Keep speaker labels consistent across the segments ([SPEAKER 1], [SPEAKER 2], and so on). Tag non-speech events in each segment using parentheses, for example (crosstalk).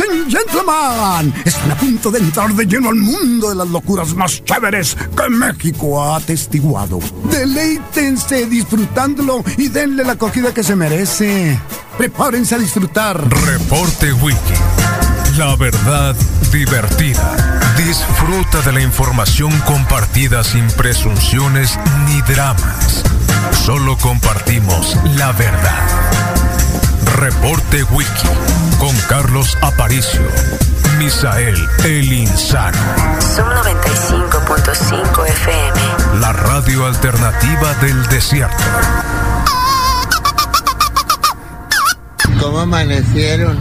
[SPEAKER 1] and gentlemen, están a punto de entrar de lleno al mundo de las locuras más chéveres que México ha atestiguado. Deleítense disfrutándolo y denle la acogida que se merece. Prepárense a disfrutar.
[SPEAKER 2] Reporte Wiki. La verdad divertida. Disfruta de la información compartida sin presunciones ni dramas. Solo compartimos la verdad. Reporte Wiki con Carlos Aparicio. Misael El Insano.
[SPEAKER 3] Son 95.5 FM.
[SPEAKER 2] La radio alternativa del desierto.
[SPEAKER 4] ¿Cómo amanecieron?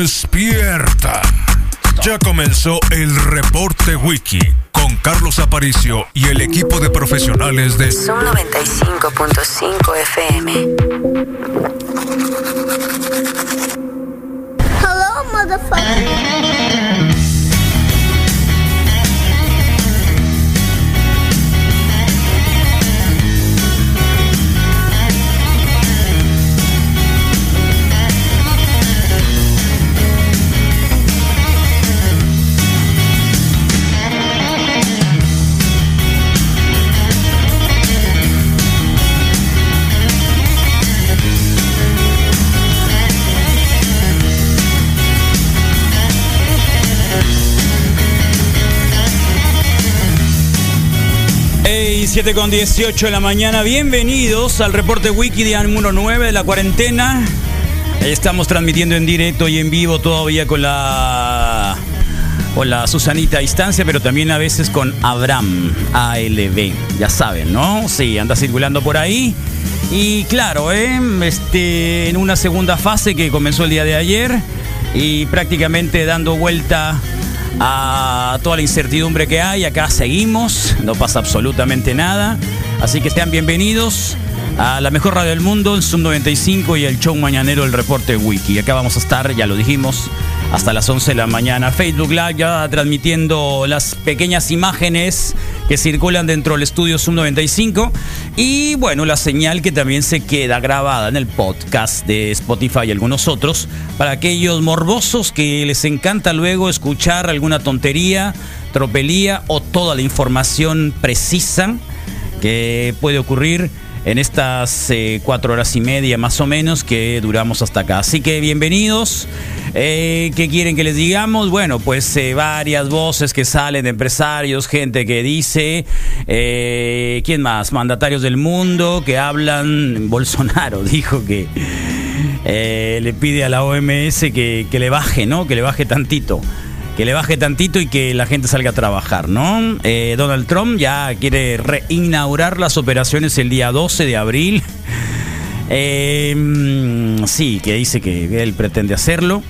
[SPEAKER 2] Despierta. Ya comenzó el reporte wiki con Carlos Aparicio y el equipo de profesionales de
[SPEAKER 3] Son 95.5 FM.
[SPEAKER 5] Hello, motherfucker.
[SPEAKER 6] Hey, 7 con 18 de la mañana, bienvenidos al reporte wiki de número 9 de la cuarentena. Estamos transmitiendo en directo y en vivo todavía con la con la Susanita a distancia, pero también a veces con Abraham ALB, ya saben, ¿no? Sí, anda circulando por ahí. Y claro, ¿eh? este, en una segunda fase que comenzó el día de ayer y prácticamente dando vuelta a toda la incertidumbre que hay. Acá seguimos, no pasa absolutamente nada. Así que sean bienvenidos a la mejor radio del mundo, el Zoom 95 y el show mañanero, el reporte Wiki. Acá vamos a estar, ya lo dijimos, hasta las 11 de la mañana. Facebook Live ya transmitiendo las pequeñas imágenes que circulan dentro del estudio Zoom 95. Y bueno, la señal que también se queda grabada en el podcast de Spotify y algunos otros para aquellos morbosos que les encanta luego escuchar alguna tontería, tropelía o toda la información precisa que puede ocurrir en estas eh, cuatro horas y media más o menos que duramos hasta acá. Así que bienvenidos. Eh, ¿Qué quieren que les digamos? Bueno, pues eh, varias voces que salen de empresarios, gente que dice, eh, ¿quién más? Mandatarios del mundo que hablan, (laughs) Bolsonaro dijo que eh, le pide a la OMS que, que le baje, ¿no? Que le baje tantito que le baje tantito y que la gente salga a trabajar, ¿no? Eh, Donald Trump ya quiere reinaugurar las operaciones el día 12 de abril. Eh, mm, sí, que dice que él pretende hacerlo.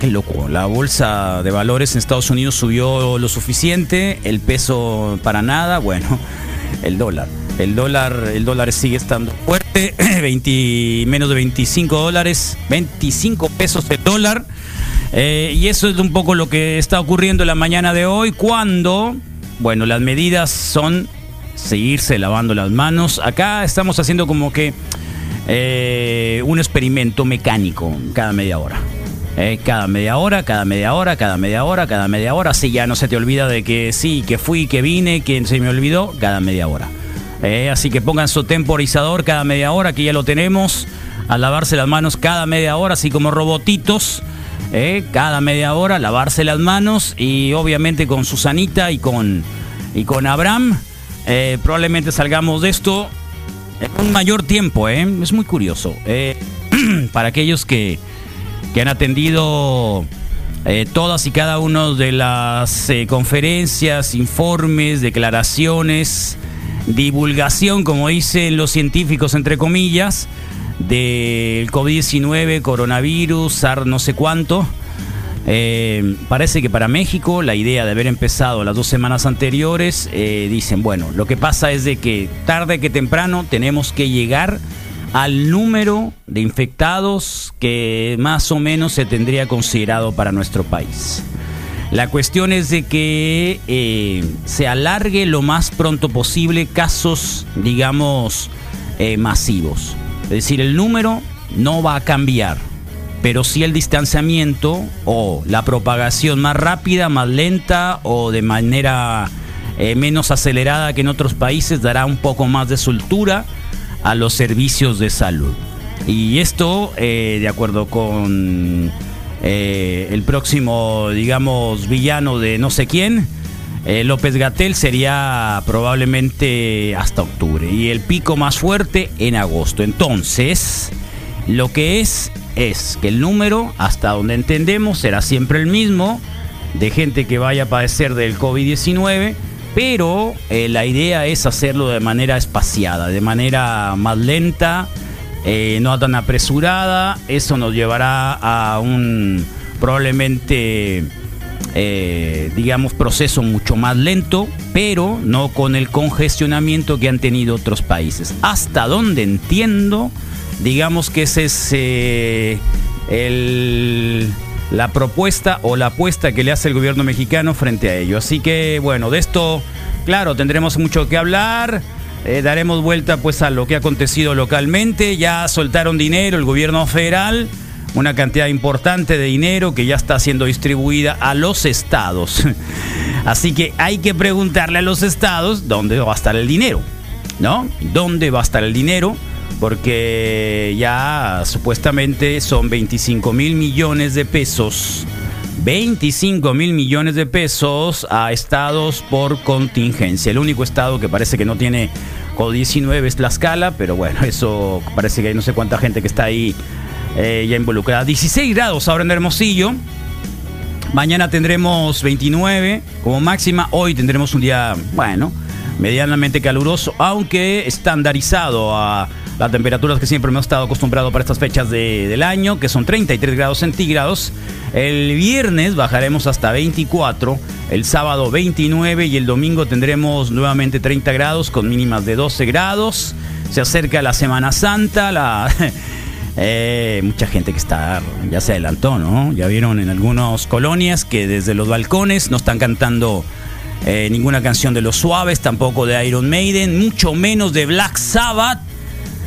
[SPEAKER 6] Qué loco, la bolsa de valores en Estados Unidos subió lo suficiente, el peso para nada, (laughs) bueno, el dólar. El dólar, el dólar sigue estando fuerte, (clears throat) 20 menos de 25 dólares, 25 pesos el dólar. Eh, y eso es un poco lo que está ocurriendo en la mañana de hoy, cuando, bueno, las medidas son seguirse lavando las manos. Acá estamos haciendo como que eh, un experimento mecánico cada media hora. Eh, cada media hora, cada media hora, cada media hora, cada media hora. Así ya no se te olvida de que sí, que fui, que vine, que se me olvidó, cada media hora. Eh, así que pongan su temporizador cada media hora, que ya lo tenemos. A lavarse las manos cada media hora, así como robotitos. eh, cada media hora, lavarse las manos. Y obviamente con Susanita y con, y con Abraham, eh, probablemente salgamos de esto en un mayor tiempo. eh. Es muy curioso. Eh, (clears throat) para aquellos que, que han atendido eh, todas y cada una de las eh, conferencias, informes, declaraciones, divulgación, como dicen los científicos, entre comillas, del COVID-19, coronavirus, SARS, no sé cuánto. Eh, parece que para México la idea de haber empezado las dos semanas anteriores, eh, dicen, bueno, lo que pasa es de que tarde que temprano tenemos que llegar al número de infectados que más o menos se tendría considerado para nuestro país. La cuestión es de que eh, se alargue lo más pronto posible casos, digamos, eh, masivos. Es decir, el número no va a cambiar, pero sí el distanciamiento o la propagación más rápida, más lenta o de manera eh, menos acelerada que en otros países dará un poco más de soltura a los servicios de salud. Y esto, eh, de acuerdo con eh, el próximo, digamos, villano de no sé quién, eh, López Gatel sería probablemente hasta octubre y el pico más fuerte en agosto. Entonces, lo que es es que el número, hasta donde entendemos, será siempre el mismo de gente que vaya a padecer del COVID-19, pero eh, la idea es hacerlo de manera espaciada, de manera más lenta, eh, no tan apresurada. Eso nos llevará a un probablemente eh, digamos, proceso mucho más lento, pero no con el congestionamiento que han tenido otros países. Hasta donde entiendo, digamos que ese es eh, el- la propuesta o la apuesta que le hace el gobierno mexicano frente a ello. Así que, bueno, de esto, claro, tendremos mucho que hablar. Eh, daremos vuelta pues a lo que ha acontecido localmente. Ya soltaron dinero el gobierno federal una cantidad importante de dinero que ya está siendo distribuida a los estados. Así que hay que preguntarle a los estados dónde va a estar el dinero, ¿no? ¿Dónde va a estar el dinero? Porque ya supuestamente son 25 mil millones de pesos. 25 mil millones de pesos a estados por contingencia. El único estado que parece que no tiene COVID-19 es Tlaxcala, pero bueno, eso parece que hay no sé cuánta gente que está ahí eh, ya involucrada. 16 grados ahora en Hermosillo. Mañana tendremos 29 como máxima. Hoy tendremos un día, bueno, medianamente caluroso, aunque estandarizado a las temperaturas que siempre hemos estado acostumbrados para estas fechas de- del año, que son 33 grados centígrados. El viernes bajaremos hasta 24, el sábado 29 y el domingo tendremos nuevamente 30 grados con mínimas de 12 grados. Se acerca la Semana Santa, la... (laughs) Eh, mucha gente que está, ya se adelantó, ¿no? Ya vieron en algunas colonias que desde los balcones no están cantando eh, ninguna canción de Los Suaves, tampoco de Iron Maiden, mucho menos de Black Sabbath,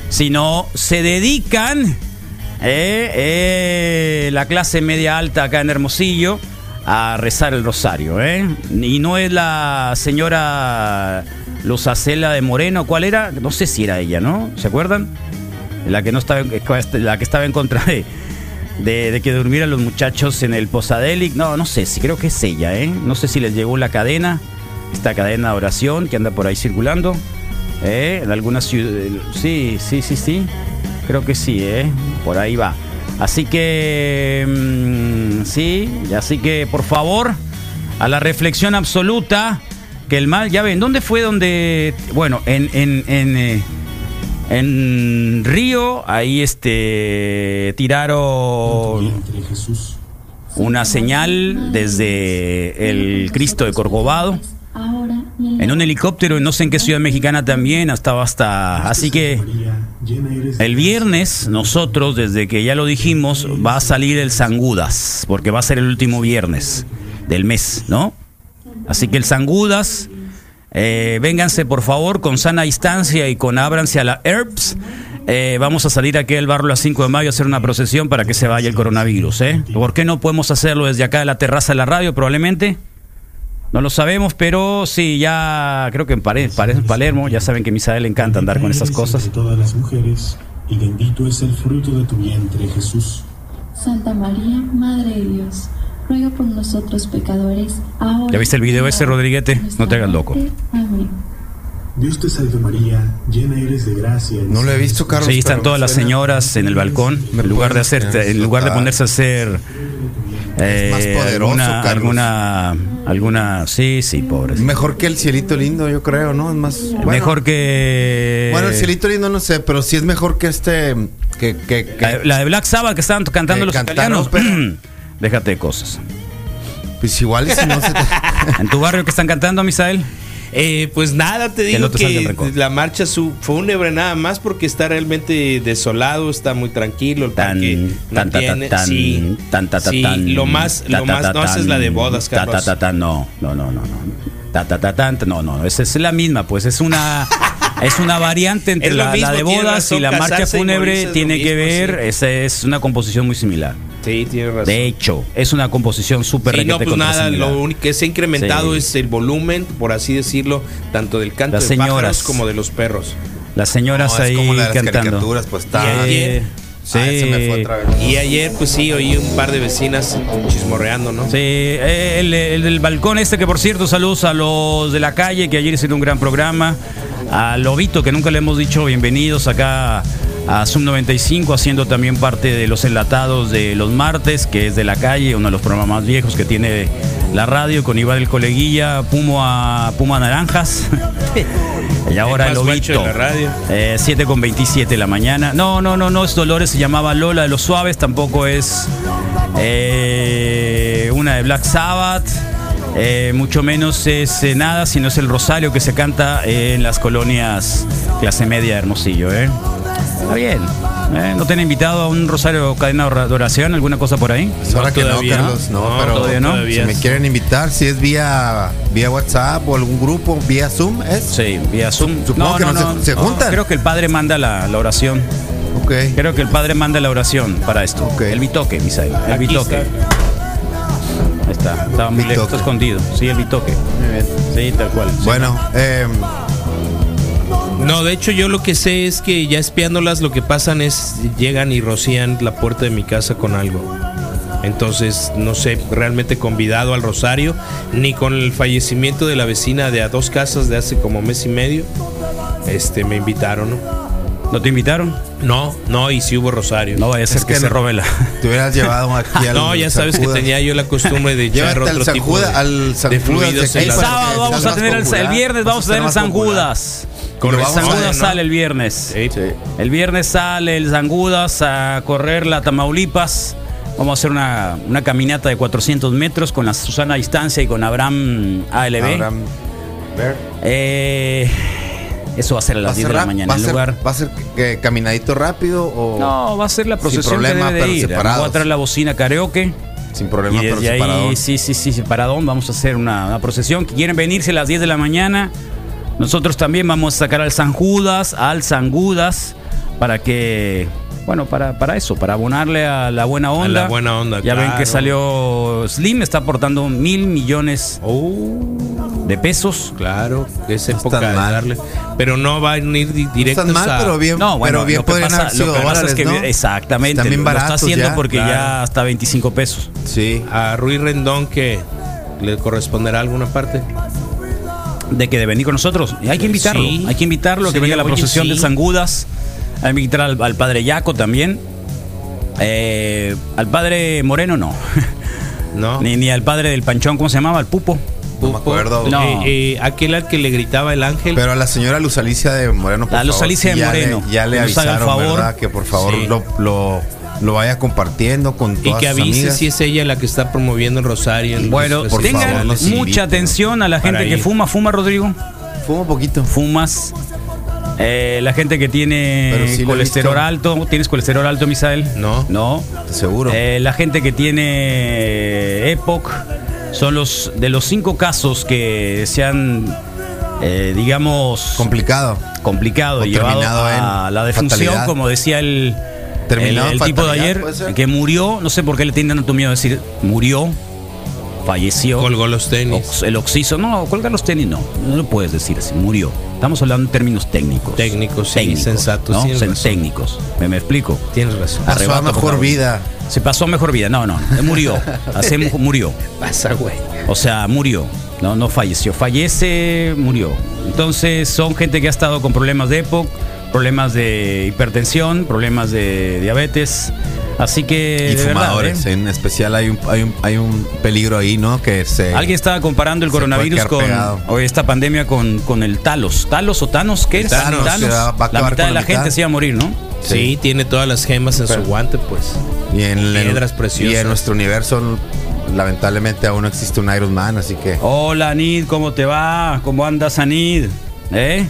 [SPEAKER 6] sino se dedican eh, eh, la clase media alta acá en Hermosillo a rezar el rosario, ¿eh? Y no es la señora Luzacela de Moreno, ¿cuál era? No sé si era ella, ¿no? ¿Se acuerdan? la que no estaba en- este, la que estaba en contra de, de, de que durmieran los muchachos en el Posadelic. No, no sé, si creo que es ella, ¿eh? No sé si les llegó la cadena, esta cadena de oración que anda por ahí circulando. ¿eh? En algunas ciudades. Sí, sí, sí, sí. Creo que sí, ¿eh? Por ahí va. Así que. mm, sí, así que por favor, a la reflexión absoluta. Que el mal, ya ven, ¿dónde fue donde.? Bueno, en. en, en eh, en Río, ahí este tiraron una señal desde el Cristo de Corcovado en un helicóptero y no sé en qué ciudad mexicana también estaba hasta así que el viernes nosotros desde que ya lo dijimos va a salir el Sangudas porque va a ser el último viernes del mes, ¿no? Así que el Sangudas eh, vénganse por favor con sana distancia y con ábranse a la ERPS. Eh, vamos a salir aquí del barrio a las 5 de mayo a hacer una procesión para que se vaya el coronavirus. ¿eh? ¿Por qué no podemos hacerlo desde acá de la terraza de la radio probablemente? No lo sabemos, pero sí, ya creo que en Pare- Pare- Palermo, ya saben que a Misael le encanta andar con estas
[SPEAKER 7] estas
[SPEAKER 6] cosas.
[SPEAKER 7] todas las mujeres, y bendito es el fruto de tu vientre, Jesús.
[SPEAKER 8] Santa María, Madre de Dios, ruega por nosotros pecadores, ahora.
[SPEAKER 6] ¿Ya viste el video ese, Rodriguete? No te hagas loco.
[SPEAKER 8] Amén.
[SPEAKER 7] Dios te salve María, llena eres de gracia.
[SPEAKER 9] No lo he visto, Carlos.
[SPEAKER 6] Sí, están
[SPEAKER 9] pero
[SPEAKER 6] todas
[SPEAKER 9] me
[SPEAKER 6] las
[SPEAKER 9] suena.
[SPEAKER 6] señoras en el balcón,
[SPEAKER 9] Me
[SPEAKER 6] en lugar de
[SPEAKER 9] pones
[SPEAKER 6] hacer,
[SPEAKER 9] nervioso,
[SPEAKER 6] en lugar de
[SPEAKER 9] ah.
[SPEAKER 6] ponerse a hacer eh,
[SPEAKER 9] más poderoso,
[SPEAKER 6] alguna,
[SPEAKER 9] Carlos.
[SPEAKER 6] alguna, alguna, sí, sí, pobres.
[SPEAKER 9] Mejor que el cielito lindo, yo creo, ¿no? Es más. bueno.
[SPEAKER 6] Mejor
[SPEAKER 10] Eh,
[SPEAKER 6] que
[SPEAKER 9] Bueno, el cielito lindo no sé, pero sí es mejor que este. Que, que, que-
[SPEAKER 6] la,
[SPEAKER 10] Eh,
[SPEAKER 6] la de Black Sabbath que estaban cantando
[SPEAKER 9] que
[SPEAKER 6] los
[SPEAKER 9] cantaron,
[SPEAKER 6] italianos. (clears throat) Déjate de cosas.
[SPEAKER 9] Pues igual y si no se te-
[SPEAKER 6] ¿En tu barrio que están cantando, Misael?
[SPEAKER 10] (laughs) Eh, pues nada, te
[SPEAKER 6] Que no
[SPEAKER 10] digo
[SPEAKER 6] te salte el
[SPEAKER 10] que
[SPEAKER 6] rencor.
[SPEAKER 10] la marcha su fúnebre nada más porque está realmente desolado, está muy tranquilo, el
[SPEAKER 6] Tan,
[SPEAKER 10] parque no
[SPEAKER 6] tan, ta, ta,
[SPEAKER 10] tiene-
[SPEAKER 6] tan,
[SPEAKER 10] sí,
[SPEAKER 6] tan, ta, ta,
[SPEAKER 10] sí,
[SPEAKER 6] tan,
[SPEAKER 10] lo más,
[SPEAKER 6] ta,
[SPEAKER 10] lo
[SPEAKER 6] ta, ta,
[SPEAKER 10] más no haces
[SPEAKER 6] tan,
[SPEAKER 10] la de bodas,
[SPEAKER 6] ta, ta,
[SPEAKER 10] Carlos. (laughs)
[SPEAKER 6] ta, tan, no, no, no, no, no. Ta, ta, ta, tan, no, no, no, esa es la misma, pues es una Es una variante entre
[SPEAKER 10] Es lo
[SPEAKER 6] la, la
[SPEAKER 10] mismo,
[SPEAKER 6] de
[SPEAKER 10] tiene
[SPEAKER 6] bodas
[SPEAKER 10] razón,
[SPEAKER 6] y la marcha
[SPEAKER 10] casarse y morirse
[SPEAKER 6] fúnebre
[SPEAKER 10] es lo
[SPEAKER 6] tiene que
[SPEAKER 10] mismo,
[SPEAKER 6] ver,
[SPEAKER 10] sí.
[SPEAKER 6] esa es una composición muy similar.
[SPEAKER 10] Sí, tiene razón.
[SPEAKER 6] De hecho, es una composición súper
[SPEAKER 10] Sí, no,
[SPEAKER 6] requete
[SPEAKER 10] pues
[SPEAKER 6] contra
[SPEAKER 10] nada,
[SPEAKER 6] similar.
[SPEAKER 10] lo único que se ha incrementado
[SPEAKER 6] Sí.
[SPEAKER 10] es el volumen, por así decirlo, tanto del canto
[SPEAKER 6] Las
[SPEAKER 10] de pájaros
[SPEAKER 6] señoras.
[SPEAKER 10] como de los perros.
[SPEAKER 6] Las señoras
[SPEAKER 9] No, es
[SPEAKER 6] ahí
[SPEAKER 9] como la de las
[SPEAKER 6] cantando.
[SPEAKER 9] caricaturas, pues, está-
[SPEAKER 6] Sí.
[SPEAKER 9] Ah, se me fue otra vez.
[SPEAKER 10] Y ayer, pues sí, oí un par de vecinas chismorreando, ¿no?
[SPEAKER 6] Sí, eh, el, el del balcón este que por cierto saludos a los de la calle que ayer hicieron un gran programa, a Lobito que nunca le hemos dicho bienvenidos acá a Zoom 95 haciendo también parte de los enlatados de los martes que es de la calle, uno de los programas más viejos que tiene la radio con Iván el Coleguilla, Pumo a Puma Naranjas. (laughs) Y ahora
[SPEAKER 10] El
[SPEAKER 6] el
[SPEAKER 10] más guacho
[SPEAKER 6] Lobito.
[SPEAKER 10] de la radio.
[SPEAKER 6] Eh, 7 con 27 de la mañana. No, no, no, no es Dolores, se llamaba Lola de los Suaves, tampoco es eh, una de Black Sabbath, eh, mucho menos es eh, nada, sino es el Rosario que se canta eh, en las colonias clase media de Hermosillo. ¿eh? Está bien. Eh, ¿No te han invitado a un Rosario cadena de oración, alguna cosa por ahí?
[SPEAKER 9] Pues ahora que no,
[SPEAKER 10] todavía,
[SPEAKER 9] Carlos, no,
[SPEAKER 10] no,
[SPEAKER 9] pero
[SPEAKER 6] todavía no.
[SPEAKER 9] si me quieren invitar, si es vía vía WhatsApp o algún grupo, vía Zoom, ¿es?
[SPEAKER 6] Sí, vía Zoom.
[SPEAKER 9] Supongo que no se- se juntan.
[SPEAKER 6] creo que el padre manda la- la oración.
[SPEAKER 9] Ok.
[SPEAKER 6] Creo que el padre manda la oración para esto.
[SPEAKER 9] Ok.
[SPEAKER 6] El bitoque, Misael. El
[SPEAKER 10] Aquí
[SPEAKER 6] bitoque. Ahí está. Estaba muy lejos,
[SPEAKER 9] Bitoque.
[SPEAKER 6] escondido. Sí, el bitoque.
[SPEAKER 9] Muy bien.
[SPEAKER 6] Sí, tal cual. Sí.
[SPEAKER 9] Bueno, eh,
[SPEAKER 10] No, de hecho yo lo que sé es que ya espiándolas lo que pasan es llegan y rocían la puerta de mi casa con algo. Entonces no sé realmente convidado al rosario ni con el fallecimiento de la vecina de a dos casas de hace como mes y medio. Este me invitaron, ¿no?
[SPEAKER 6] ¿No te invitaron?
[SPEAKER 10] No, no, y sí hubo rosario.
[SPEAKER 6] No vaya a ser
[SPEAKER 9] Es
[SPEAKER 6] que,
[SPEAKER 9] que
[SPEAKER 6] se
[SPEAKER 9] no.
[SPEAKER 6] robe la.
[SPEAKER 9] te hubieras
[SPEAKER 10] (laughs)
[SPEAKER 9] llevado aquí al
[SPEAKER 10] No, ya sabes que
[SPEAKER 9] Zancudas.
[SPEAKER 10] tenía yo la costumbre
[SPEAKER 9] (laughs)
[SPEAKER 10] de echar
[SPEAKER 9] Llévate
[SPEAKER 10] otro
[SPEAKER 9] al
[SPEAKER 10] tipo de,
[SPEAKER 9] Zancuda, al
[SPEAKER 10] de
[SPEAKER 9] Zancudas
[SPEAKER 10] fluidos
[SPEAKER 9] de
[SPEAKER 10] en
[SPEAKER 9] aquí
[SPEAKER 6] El
[SPEAKER 10] la-
[SPEAKER 9] para
[SPEAKER 6] sábado
[SPEAKER 9] que
[SPEAKER 6] vamos
[SPEAKER 9] sea
[SPEAKER 6] a tener el,
[SPEAKER 9] más popular,
[SPEAKER 6] el viernes,
[SPEAKER 9] vas a
[SPEAKER 6] vamos a
[SPEAKER 9] ser
[SPEAKER 6] tener el
[SPEAKER 9] más popular.
[SPEAKER 6] Zangudas.
[SPEAKER 9] Con
[SPEAKER 6] el
[SPEAKER 9] razón,
[SPEAKER 6] Zangudas
[SPEAKER 9] ¿no?
[SPEAKER 6] sale el viernes.
[SPEAKER 10] Sí.
[SPEAKER 6] El viernes sale el Zangudas a correr la Tamaulipas. Vamos a hacer una, una caminata de 400 metros con la Susana a distancia y con Abraham ALB.
[SPEAKER 9] Abraham, ver.
[SPEAKER 6] Eh, eso va a ser a
[SPEAKER 9] ¿Va a
[SPEAKER 6] las 10
[SPEAKER 9] ser
[SPEAKER 6] de la
[SPEAKER 9] rap-
[SPEAKER 6] mañana.
[SPEAKER 9] va a
[SPEAKER 6] El
[SPEAKER 9] ser-
[SPEAKER 6] lugar.
[SPEAKER 9] ¿Va a ser eh, caminadito rápido o
[SPEAKER 6] No, va a ser la procesión
[SPEAKER 9] problema,
[SPEAKER 6] que debe
[SPEAKER 9] pero
[SPEAKER 6] de ir.
[SPEAKER 9] separados.
[SPEAKER 6] Voy a traer la bocina karaoke.
[SPEAKER 9] sin problema,
[SPEAKER 6] y
[SPEAKER 9] pero
[SPEAKER 6] desde
[SPEAKER 9] separado?
[SPEAKER 6] ahí, sí, sí, sí, separadón. Vamos a hacer una, una procesión. Que quieren venirse a las 10 de la mañana. Nosotros también vamos a sacar al San Judas, al San Judas, para que. Bueno, para, para eso, para abonarle a la buena onda.
[SPEAKER 10] la buena onda,
[SPEAKER 6] Ya ven
[SPEAKER 10] claro.
[SPEAKER 6] que salió Slim, está aportando mil millones
[SPEAKER 10] Oh.
[SPEAKER 6] de pesos.
[SPEAKER 10] Claro, es
[SPEAKER 9] No
[SPEAKER 10] época
[SPEAKER 9] están
[SPEAKER 10] de
[SPEAKER 9] mal.
[SPEAKER 10] darle. Pero no va a ir di-
[SPEAKER 9] No
[SPEAKER 10] directo
[SPEAKER 9] están mal,
[SPEAKER 10] a-
[SPEAKER 9] pero bien,
[SPEAKER 6] No, bueno,
[SPEAKER 9] pero bien
[SPEAKER 6] lo que
[SPEAKER 9] podrían
[SPEAKER 6] pasa,
[SPEAKER 9] haber sido
[SPEAKER 6] lo que pasa
[SPEAKER 9] dólares,
[SPEAKER 6] es que
[SPEAKER 9] ¿no?
[SPEAKER 6] exactamente
[SPEAKER 9] Están bien
[SPEAKER 6] lo- lo está
[SPEAKER 9] baratos
[SPEAKER 6] haciendo
[SPEAKER 9] ya.
[SPEAKER 6] porque
[SPEAKER 10] claro.
[SPEAKER 6] ya hasta 25 pesos.
[SPEAKER 9] Sí.
[SPEAKER 10] a Ruiz Rendón que le corresponderá alguna parte.
[SPEAKER 6] De que de venir con nosotros. Y hay que invitarlo,
[SPEAKER 10] Sí.
[SPEAKER 6] hay que invitarlo, que
[SPEAKER 10] Sí,
[SPEAKER 6] venga la
[SPEAKER 10] oye,
[SPEAKER 6] procesión
[SPEAKER 10] sí.
[SPEAKER 6] de Sangudas. Hay que invitar al, al padre Yaco también. Eh, al padre Moreno no. (laughs)
[SPEAKER 10] No,
[SPEAKER 6] ni, ni al padre del Panchón, ¿cómo se llamaba? Al Pupo.
[SPEAKER 9] No me acuerdo.
[SPEAKER 6] No.
[SPEAKER 10] Eh, eh, aquel al que le gritaba el ángel.
[SPEAKER 9] Pero a la señora Luz Alicia de Moreno, por
[SPEAKER 6] La Luz
[SPEAKER 9] favor,
[SPEAKER 6] Alicia
[SPEAKER 9] sí,
[SPEAKER 6] de
[SPEAKER 9] ya le-
[SPEAKER 6] Moreno,
[SPEAKER 9] ya le
[SPEAKER 6] que nos haga el
[SPEAKER 9] avisaron,
[SPEAKER 6] favor.
[SPEAKER 9] ¿verdad? Que por favor
[SPEAKER 10] Sí.
[SPEAKER 9] lo, lo, lo vaya compartiendo con
[SPEAKER 10] y
[SPEAKER 9] todas
[SPEAKER 10] que
[SPEAKER 9] sus
[SPEAKER 10] avise
[SPEAKER 9] amigas.
[SPEAKER 10] si es ella la que está promoviendo el Rosario. en
[SPEAKER 6] Bueno,
[SPEAKER 10] los
[SPEAKER 9] por
[SPEAKER 10] festivales.
[SPEAKER 6] tengan
[SPEAKER 9] favor, nos
[SPEAKER 6] mucha
[SPEAKER 9] inviten.
[SPEAKER 6] atención a la
[SPEAKER 10] Para
[SPEAKER 6] gente que
[SPEAKER 10] ir.
[SPEAKER 6] fuma. ¿Fuma, Rodrigo?
[SPEAKER 9] Fuma un poquito.
[SPEAKER 6] ¿Fumas? Eh, la gente que
[SPEAKER 9] Pero
[SPEAKER 6] tiene
[SPEAKER 9] sí lo he
[SPEAKER 6] colesterol
[SPEAKER 9] visto.
[SPEAKER 6] alto. ¿Tienes colesterol alto, Misael?
[SPEAKER 10] No.
[SPEAKER 6] No.
[SPEAKER 9] Seguro.
[SPEAKER 6] Eh, la gente que tiene EPOC son los de los cinco casos que se han, eh, digamos,
[SPEAKER 9] Complicado.
[SPEAKER 6] complicado
[SPEAKER 9] o
[SPEAKER 6] y llevado
[SPEAKER 9] terminado
[SPEAKER 6] a
[SPEAKER 9] en
[SPEAKER 6] la defunción,
[SPEAKER 9] fatalidad.
[SPEAKER 6] como decía el, el,
[SPEAKER 9] Terminado en
[SPEAKER 6] el tipo de
[SPEAKER 9] fatalidad,
[SPEAKER 6] ayer,
[SPEAKER 9] ¿puede ser?
[SPEAKER 6] que murió. No sé por qué le tienen tanto miedo a decir murió, falleció.
[SPEAKER 10] Colgó los tenis.
[SPEAKER 6] ox- el oxiso, no, colgar los tenis, no, no lo puedes decir así, murió. Estamos hablando en términos técnicos.
[SPEAKER 10] Técnicos, sí, sensatos,
[SPEAKER 6] ¿no?
[SPEAKER 10] tienes
[SPEAKER 6] Sen-
[SPEAKER 10] razón.
[SPEAKER 6] técnicos. ¿Me, me explico?
[SPEAKER 10] Tienes razón.
[SPEAKER 9] Pasó a
[SPEAKER 6] arrebato, por
[SPEAKER 9] mejor
[SPEAKER 6] favor.
[SPEAKER 9] vida.
[SPEAKER 6] Se pasó a mejor vida. No, no, no, murió.
[SPEAKER 9] (laughs)
[SPEAKER 6] Hace mu- murió.
[SPEAKER 10] Pasa, güey.
[SPEAKER 6] O sea, murió. No, no falleció. Fallece, murió. Entonces, son gente que ha estado con problemas de EPOC, problemas de hipertensión, problemas de diabetes. Así que.
[SPEAKER 9] Y
[SPEAKER 6] de verdad,
[SPEAKER 9] fumadores.
[SPEAKER 6] ¿eh?
[SPEAKER 9] En especial hay un, hay, un, hay un peligro ahí, ¿no? Que se.
[SPEAKER 6] Alguien estaba comparando el
[SPEAKER 9] Se puede
[SPEAKER 6] coronavirus
[SPEAKER 9] quedar
[SPEAKER 6] con
[SPEAKER 9] pegado.
[SPEAKER 6] o esta pandemia con, con el Talos. ¿Talos o Thanos? ¿Qué es?
[SPEAKER 9] Thanos, que va a acabar
[SPEAKER 6] La
[SPEAKER 9] con
[SPEAKER 6] mitad de
[SPEAKER 9] la
[SPEAKER 6] la gente
[SPEAKER 9] mitad.
[SPEAKER 6] se iba a morir, ¿no?
[SPEAKER 10] Sí, tiene todas las gemas en
[SPEAKER 9] Pero-
[SPEAKER 10] su guante, pues.
[SPEAKER 9] Y en,
[SPEAKER 10] Piedras preciosas.
[SPEAKER 9] Y en nuestro universo, lamentablemente, aún no existe un Iron Man, así que.
[SPEAKER 6] Hola, Anid, ¿cómo te va? ¿Cómo andas, Anid? ¿Eh?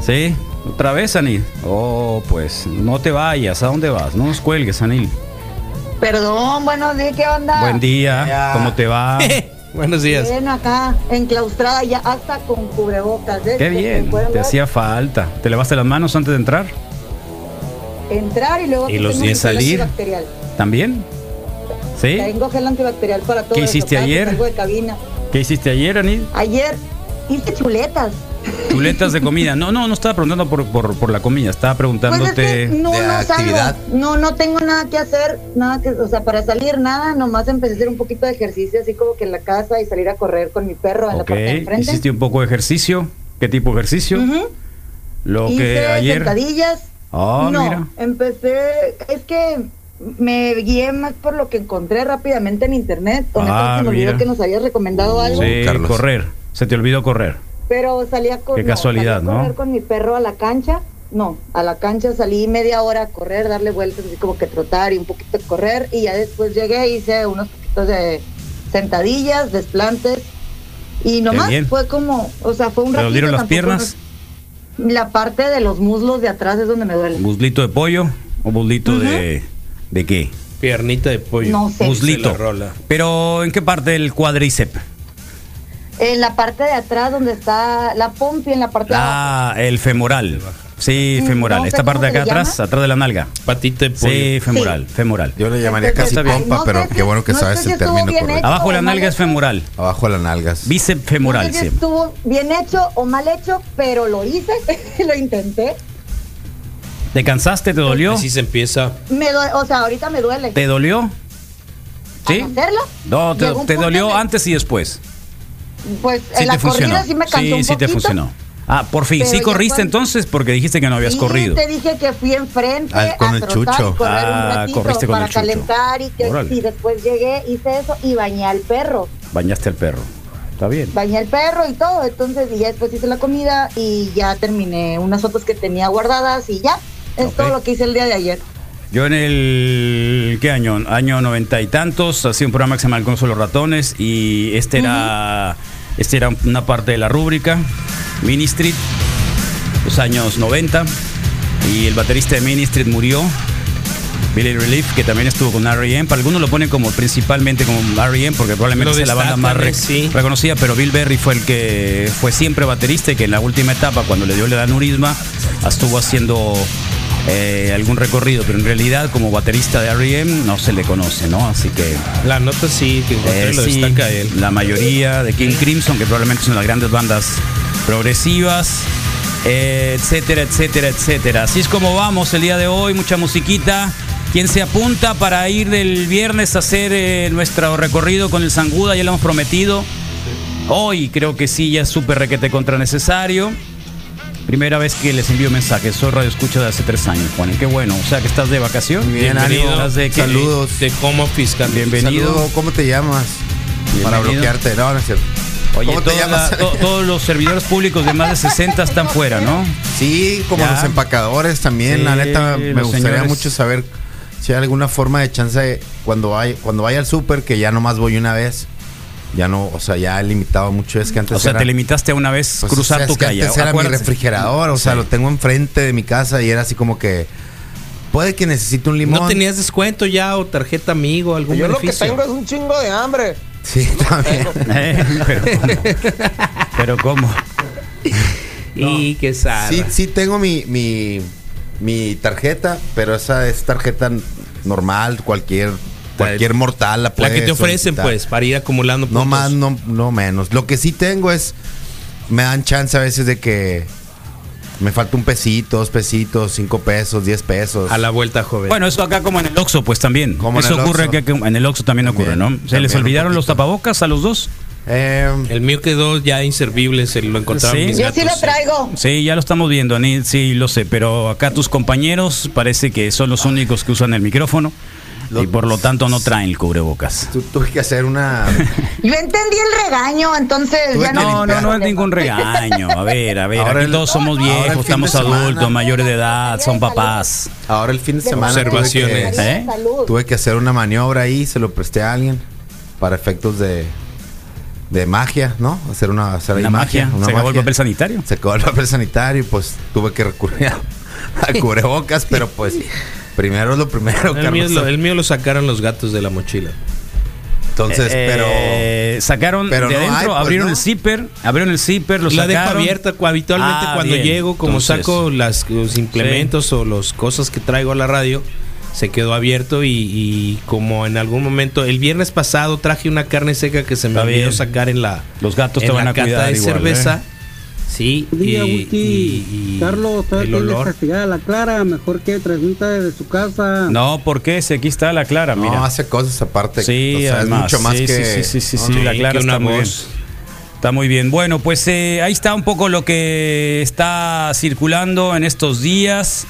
[SPEAKER 6] ¿Sí? ¿Otra vez, Anid? Oh, pues, no te vayas. ¿A dónde vas? No nos cuelgues, Anid.
[SPEAKER 11] Perdón, buenos días, ¿qué onda?
[SPEAKER 6] Buen día,
[SPEAKER 9] Ya.
[SPEAKER 11] (laughs)
[SPEAKER 6] ¿cómo te va?
[SPEAKER 10] Buenos días.
[SPEAKER 11] Bueno, acá enclaustrada ya hasta con cubrebocas. ¿ves?
[SPEAKER 6] Qué
[SPEAKER 11] Que
[SPEAKER 6] bien,
[SPEAKER 11] pueden
[SPEAKER 6] te
[SPEAKER 11] ver,
[SPEAKER 6] hacía falta. ¿Te lavaste las manos antes de entrar?
[SPEAKER 11] Entrar y luego...
[SPEAKER 6] ¿Y
[SPEAKER 11] aquí
[SPEAKER 6] los
[SPEAKER 11] tengo
[SPEAKER 6] de
[SPEAKER 11] un gel
[SPEAKER 6] salir?
[SPEAKER 11] antibacterial.
[SPEAKER 6] ¿También? ¿Sí?
[SPEAKER 11] Tengo gel antibacterial para todo.
[SPEAKER 6] ¿Qué
[SPEAKER 11] eso,
[SPEAKER 6] hiciste
[SPEAKER 11] cada que
[SPEAKER 6] ayer?
[SPEAKER 11] salgo de cabina.
[SPEAKER 6] ¿Qué hiciste ayer, Anid?
[SPEAKER 11] Ayer hice chuletas.
[SPEAKER 6] Chuletas de comida. No, no, no estaba preguntando por, por, por la comida, estaba preguntándote
[SPEAKER 11] Pues es que no,
[SPEAKER 6] de
[SPEAKER 11] no
[SPEAKER 6] actividad.
[SPEAKER 11] salgo. No, no tengo nada que hacer, nada que, o sea, para salir nada, nomás empecé a hacer un poquito de ejercicio así como que en la casa y salir a correr con mi perro en la
[SPEAKER 6] Ok,
[SPEAKER 11] parte de enfrente.
[SPEAKER 6] hiciste un poco de ejercicio. ¿Qué tipo de ejercicio?
[SPEAKER 11] Ujú.
[SPEAKER 6] Lo
[SPEAKER 11] Hice
[SPEAKER 6] que ayer.
[SPEAKER 11] sentadillas.
[SPEAKER 6] Ah,
[SPEAKER 11] no,
[SPEAKER 6] mira.
[SPEAKER 11] empecé, es que me guié más por lo que encontré rápidamente en internet, con
[SPEAKER 6] Ah,
[SPEAKER 11] eso se me olvidó
[SPEAKER 6] mira.
[SPEAKER 11] que nos habías recomendado algo,
[SPEAKER 6] Sí, correr. Se te olvidó correr.
[SPEAKER 11] pero salí a, cor-
[SPEAKER 6] Qué
[SPEAKER 11] no,
[SPEAKER 6] casualidad,
[SPEAKER 11] salí a
[SPEAKER 6] ¿no?
[SPEAKER 11] correr con mi perro a la cancha. No, a la cancha salí media hora a correr, darle vueltas, así como que trotar y un poquito correr, y ya después llegué, hice unos poquitos de sentadillas, desplantes, y nomás
[SPEAKER 6] bien.
[SPEAKER 11] fue como, o sea, fue un
[SPEAKER 6] ¿Te
[SPEAKER 11] ratito,
[SPEAKER 6] dolieron las
[SPEAKER 11] tampoco
[SPEAKER 6] piernas?
[SPEAKER 11] nos- La parte de los muslos de atrás es donde me duele.
[SPEAKER 6] ¿Buslito de pollo o buslito de, de qué?
[SPEAKER 10] Piernita de pollo.
[SPEAKER 11] No sé.
[SPEAKER 6] Buslito.
[SPEAKER 10] Se la rola.
[SPEAKER 6] Pero ¿en qué parte del cuadriceps?
[SPEAKER 11] En la parte de atrás donde está la pompi, en la parte de abajo.
[SPEAKER 6] Ah, el femoral. Sí,
[SPEAKER 11] Mm,
[SPEAKER 6] femoral.
[SPEAKER 11] no sé
[SPEAKER 6] Esta
[SPEAKER 11] cómo
[SPEAKER 6] parte de
[SPEAKER 11] se
[SPEAKER 6] acá
[SPEAKER 11] le
[SPEAKER 6] atrás,
[SPEAKER 11] llama.
[SPEAKER 6] atrás de la nalga.
[SPEAKER 10] Patita de
[SPEAKER 6] pollo. Sí, femoral, femoral.
[SPEAKER 9] Yo le llamaría
[SPEAKER 11] Entonces,
[SPEAKER 9] casi
[SPEAKER 11] está bien.
[SPEAKER 9] pompa,
[SPEAKER 11] No sé
[SPEAKER 9] pero
[SPEAKER 11] si-
[SPEAKER 9] qué bueno que
[SPEAKER 11] no
[SPEAKER 9] sabes
[SPEAKER 11] sé si
[SPEAKER 9] el
[SPEAKER 11] estuvo
[SPEAKER 9] término
[SPEAKER 11] bien
[SPEAKER 9] correcto.
[SPEAKER 11] hecho.
[SPEAKER 6] Abajo de la
[SPEAKER 11] o
[SPEAKER 6] nalga
[SPEAKER 11] mal
[SPEAKER 6] es femoral.
[SPEAKER 9] Abajo las nalgas.
[SPEAKER 6] Bíceps
[SPEAKER 11] No
[SPEAKER 6] femoral,
[SPEAKER 11] sé si
[SPEAKER 6] sí.
[SPEAKER 11] estuvo bien hecho o mal hecho, pero lo hice, (laughs) lo intenté.
[SPEAKER 6] ¿Te cansaste? ¿Te dolió?
[SPEAKER 10] Así se empieza.
[SPEAKER 11] Me due- o sea, ahorita me duele.
[SPEAKER 6] ¿Te dolió? ¿Sí?
[SPEAKER 11] Al hacerlo?
[SPEAKER 6] No, te,
[SPEAKER 11] llegó un
[SPEAKER 6] te
[SPEAKER 11] punto
[SPEAKER 6] dolió
[SPEAKER 11] en el-
[SPEAKER 6] antes y después.
[SPEAKER 11] Pues
[SPEAKER 6] Sí
[SPEAKER 11] en la
[SPEAKER 6] te funcionó.
[SPEAKER 11] corrida sí me cansó un
[SPEAKER 6] sí te
[SPEAKER 11] poquito.
[SPEAKER 6] funcionó. Ah, por fin.
[SPEAKER 11] Pero
[SPEAKER 6] sí
[SPEAKER 11] ya
[SPEAKER 6] corriste
[SPEAKER 11] cuando-
[SPEAKER 6] entonces porque dijiste que no habías
[SPEAKER 11] Sí,
[SPEAKER 6] corrido.
[SPEAKER 11] te dije que fui enfrente
[SPEAKER 9] Ah,
[SPEAKER 6] Al- con
[SPEAKER 11] a
[SPEAKER 6] el
[SPEAKER 11] trotar
[SPEAKER 6] chucho.
[SPEAKER 11] y correr un
[SPEAKER 6] Ah,
[SPEAKER 11] ratito
[SPEAKER 6] corriste con
[SPEAKER 11] para
[SPEAKER 6] el chucho.
[SPEAKER 11] calentar y, que,
[SPEAKER 6] Órale.
[SPEAKER 11] y después llegué, hice eso y bañé al perro.
[SPEAKER 6] Bañaste al perro. Está bien.
[SPEAKER 11] bañé al perro y todo, entonces y ya después hice la comida y ya terminé unas fotos que tenía guardadas y ya, es
[SPEAKER 6] Ok.
[SPEAKER 11] todo lo que hice el día de ayer.
[SPEAKER 6] Yo en el qué año, año noventa y tantos, hacía un programa que se llama El Conso de los Ratones y este era este era una parte de la rúbrica Mini Street, los años 90 y el baterista de Mini Street murió. Billy Relief, que también estuvo con R.E.M. Para algunos lo ponen como principalmente como R.E.M. porque
[SPEAKER 10] Lo
[SPEAKER 6] probablemente es la banda
[SPEAKER 10] destacan,
[SPEAKER 6] más re-
[SPEAKER 10] eh, sí.
[SPEAKER 6] reconocida, pero Bill Berry fue el que fue siempre baterista y que en la última etapa, cuando le dio el aneurisma, estuvo haciendo eh, algún recorrido, pero en realidad como baterista de R.E.M. no se le conoce, ¿no? Así que
[SPEAKER 10] La nota sí, que encontré,
[SPEAKER 6] eh,
[SPEAKER 10] lo
[SPEAKER 6] sí,
[SPEAKER 10] destaca él.
[SPEAKER 6] la mayoría de King Crimson, que probablemente son las grandes bandas progresivas, eh, etcétera, etcétera, etcétera. Así es como vamos el día de hoy, mucha musiquita. Quien se apunta para ir del viernes a hacer eh, nuestro recorrido con el Sanguda, ya lo hemos prometido. Hoy creo que sí, ya es súper requete contra necesario. Primera vez que les envío mensajes, soy Radio Escucha de hace tres años, Juan. y Qué bueno, o sea que estás de vacación.
[SPEAKER 10] Bienvenido.
[SPEAKER 6] Estás de-
[SPEAKER 9] Saludos.
[SPEAKER 10] De cómo fiscal.
[SPEAKER 6] Bienvenido.
[SPEAKER 9] Saludo, ¿Cómo te llamas? Para
[SPEAKER 6] Bienvenido.
[SPEAKER 9] bloquearte. No, no es cierto.
[SPEAKER 6] Oye,
[SPEAKER 9] ¿Cómo te
[SPEAKER 6] toda
[SPEAKER 9] llamas?
[SPEAKER 6] la- to- todos los servidores públicos de más de 60 están fuera, ¿no?
[SPEAKER 9] (laughs) Sí, como
[SPEAKER 6] Ya.
[SPEAKER 9] los empacadores también,
[SPEAKER 6] Sí,
[SPEAKER 9] la neta me
[SPEAKER 6] los
[SPEAKER 9] gustaría
[SPEAKER 6] señores.
[SPEAKER 9] mucho saber si hay alguna forma de chance de cuando hay cuando vaya al súper que ya nomás voy una vez. Ya no, o sea, ya he limitado mucho es que antes
[SPEAKER 6] O sea,
[SPEAKER 9] era-
[SPEAKER 6] te limitaste a una vez
[SPEAKER 9] pues,
[SPEAKER 6] cruzar
[SPEAKER 9] o sea, es
[SPEAKER 6] tu
[SPEAKER 9] que
[SPEAKER 6] calle.
[SPEAKER 9] Antes era mi
[SPEAKER 6] Acuérdate.
[SPEAKER 9] refrigerador, o sea,
[SPEAKER 6] Sí.
[SPEAKER 9] lo tengo enfrente de mi casa y era así como que puede que necesite un limón.
[SPEAKER 10] ¿No tenías descuento ya o tarjeta amigo, algún
[SPEAKER 12] Yo lo que
[SPEAKER 10] beneficio?
[SPEAKER 12] tengo es un chingo de hambre.
[SPEAKER 9] Sí, (laughs) también.
[SPEAKER 6] (laughs) Eh, pero, ¿cómo? Pero ¿cómo?
[SPEAKER 10] Y qué zarra.
[SPEAKER 9] Sí, sí tengo mi, mi, mi tarjeta, pero esa es tarjeta normal, cualquier cualquier mortal la
[SPEAKER 10] La
[SPEAKER 9] puede
[SPEAKER 10] que te ofrecen,
[SPEAKER 9] solicitar.
[SPEAKER 10] pues, para ir acumulando
[SPEAKER 9] No
[SPEAKER 10] puntos.
[SPEAKER 9] más, no, no menos. Lo que sí tengo es. Me dan chance a veces de que. Me falta un pesito, dos pesitos, cinco pesos, diez pesos.
[SPEAKER 10] A la vuelta, joven.
[SPEAKER 6] Bueno, eso acá como en el Oxxo, pues también.
[SPEAKER 9] Como en
[SPEAKER 6] eso
[SPEAKER 9] el
[SPEAKER 6] ocurre
[SPEAKER 9] Oxxo.
[SPEAKER 6] acá que en el Oxxo también, ocurre, ¿no?
[SPEAKER 9] También,
[SPEAKER 6] ¿Se
[SPEAKER 9] también
[SPEAKER 6] les
[SPEAKER 9] un
[SPEAKER 6] olvidaron los
[SPEAKER 9] poquito.
[SPEAKER 6] tapabocas a los dos?
[SPEAKER 9] Eh,
[SPEAKER 10] el mío quedó ya inservible, se lo encontraron
[SPEAKER 6] Sí.
[SPEAKER 10] mis
[SPEAKER 11] Yo sí
[SPEAKER 10] gatos.
[SPEAKER 11] lo traigo.
[SPEAKER 6] Sí, ya lo estamos viendo, Anil, sí, lo sé, pero acá tus compañeros parece que son los únicos que usan el micrófono
[SPEAKER 9] Los-
[SPEAKER 6] y por lo tanto no traen el cubrebocas.
[SPEAKER 9] tu- tuve que hacer una.
[SPEAKER 11] Yo entendí el regaño, entonces
[SPEAKER 9] Tuve
[SPEAKER 11] ya
[SPEAKER 9] que
[SPEAKER 11] no.
[SPEAKER 6] No, no, no es
[SPEAKER 11] problema.
[SPEAKER 6] ningún regaño. A ver, a ver,
[SPEAKER 9] Ahora
[SPEAKER 6] aquí
[SPEAKER 9] el-
[SPEAKER 6] todos somos
[SPEAKER 9] ahora el fin
[SPEAKER 6] viejos,
[SPEAKER 9] de
[SPEAKER 6] estamos
[SPEAKER 9] semana.
[SPEAKER 6] adultos, mayores de edad, son papás.
[SPEAKER 9] Ahora el fin de
[SPEAKER 11] De
[SPEAKER 9] semana. tuve que-
[SPEAKER 10] Observaciones.
[SPEAKER 11] Secretaría de
[SPEAKER 6] ¿Eh?
[SPEAKER 11] Salud.
[SPEAKER 9] Tuve que hacer una maniobra ahí, se lo presté a alguien. Para efectos de. De magia, ¿no? Hacer una. Hacer ahí
[SPEAKER 6] La magia,
[SPEAKER 9] una
[SPEAKER 6] se acabó el
[SPEAKER 9] magia.
[SPEAKER 6] papel sanitario.
[SPEAKER 9] Se acabó el papel sanitario y pues tuve que recurrir a, a cubrebocas, pero pues. Primero es lo primero,
[SPEAKER 10] El mío,
[SPEAKER 9] Carlos.
[SPEAKER 10] lo, el mío lo sacaron los gatos de la mochila.
[SPEAKER 9] Entonces,
[SPEAKER 6] Eh, sacaron
[SPEAKER 9] pero
[SPEAKER 6] de
[SPEAKER 9] no hay,
[SPEAKER 6] adentro,
[SPEAKER 9] pues,
[SPEAKER 6] abrieron
[SPEAKER 9] ¿no?
[SPEAKER 6] el zipper, abrieron el zipper, lo
[SPEAKER 10] la dejo
[SPEAKER 6] sacaron.
[SPEAKER 10] abierta cu- habitualmente
[SPEAKER 6] Ah,
[SPEAKER 10] cuando
[SPEAKER 6] bien.
[SPEAKER 10] llego, como
[SPEAKER 6] Entonces,
[SPEAKER 10] saco las, los implementos o las cosas que traigo a la radio, se quedó abierto y, y como en algún momento, el viernes pasado traje una carne seca que se me
[SPEAKER 6] Está
[SPEAKER 10] olvidó
[SPEAKER 6] bien.
[SPEAKER 10] sacar en la,
[SPEAKER 6] Los gatos
[SPEAKER 10] en
[SPEAKER 6] te van
[SPEAKER 10] la
[SPEAKER 6] a
[SPEAKER 10] cata
[SPEAKER 6] cuidar
[SPEAKER 10] de
[SPEAKER 6] igual,
[SPEAKER 10] cerveza.
[SPEAKER 6] ¿eh?
[SPEAKER 10] Sí, y,
[SPEAKER 12] Día, Wiki.
[SPEAKER 10] y- y
[SPEAKER 12] Carlos,
[SPEAKER 10] el
[SPEAKER 12] ¿sabes
[SPEAKER 10] olor.
[SPEAKER 12] castigada a la Clara? Mejor que transmita desde su casa.
[SPEAKER 6] ¿eh? No, porque si aquí está la Clara,
[SPEAKER 9] pero
[SPEAKER 6] mira.
[SPEAKER 9] no hace cosas aparte.
[SPEAKER 6] Sí,
[SPEAKER 9] o sea,
[SPEAKER 6] además,
[SPEAKER 9] es mucho más
[SPEAKER 6] sí,
[SPEAKER 9] que
[SPEAKER 6] sí, sí, sí, sí,
[SPEAKER 9] ¿no?
[SPEAKER 6] sí, la clara
[SPEAKER 10] que una
[SPEAKER 6] está muy
[SPEAKER 10] voz.
[SPEAKER 6] bien. Está muy bien. Bueno, pues eh, ahí está un poco lo que está circulando en estos días.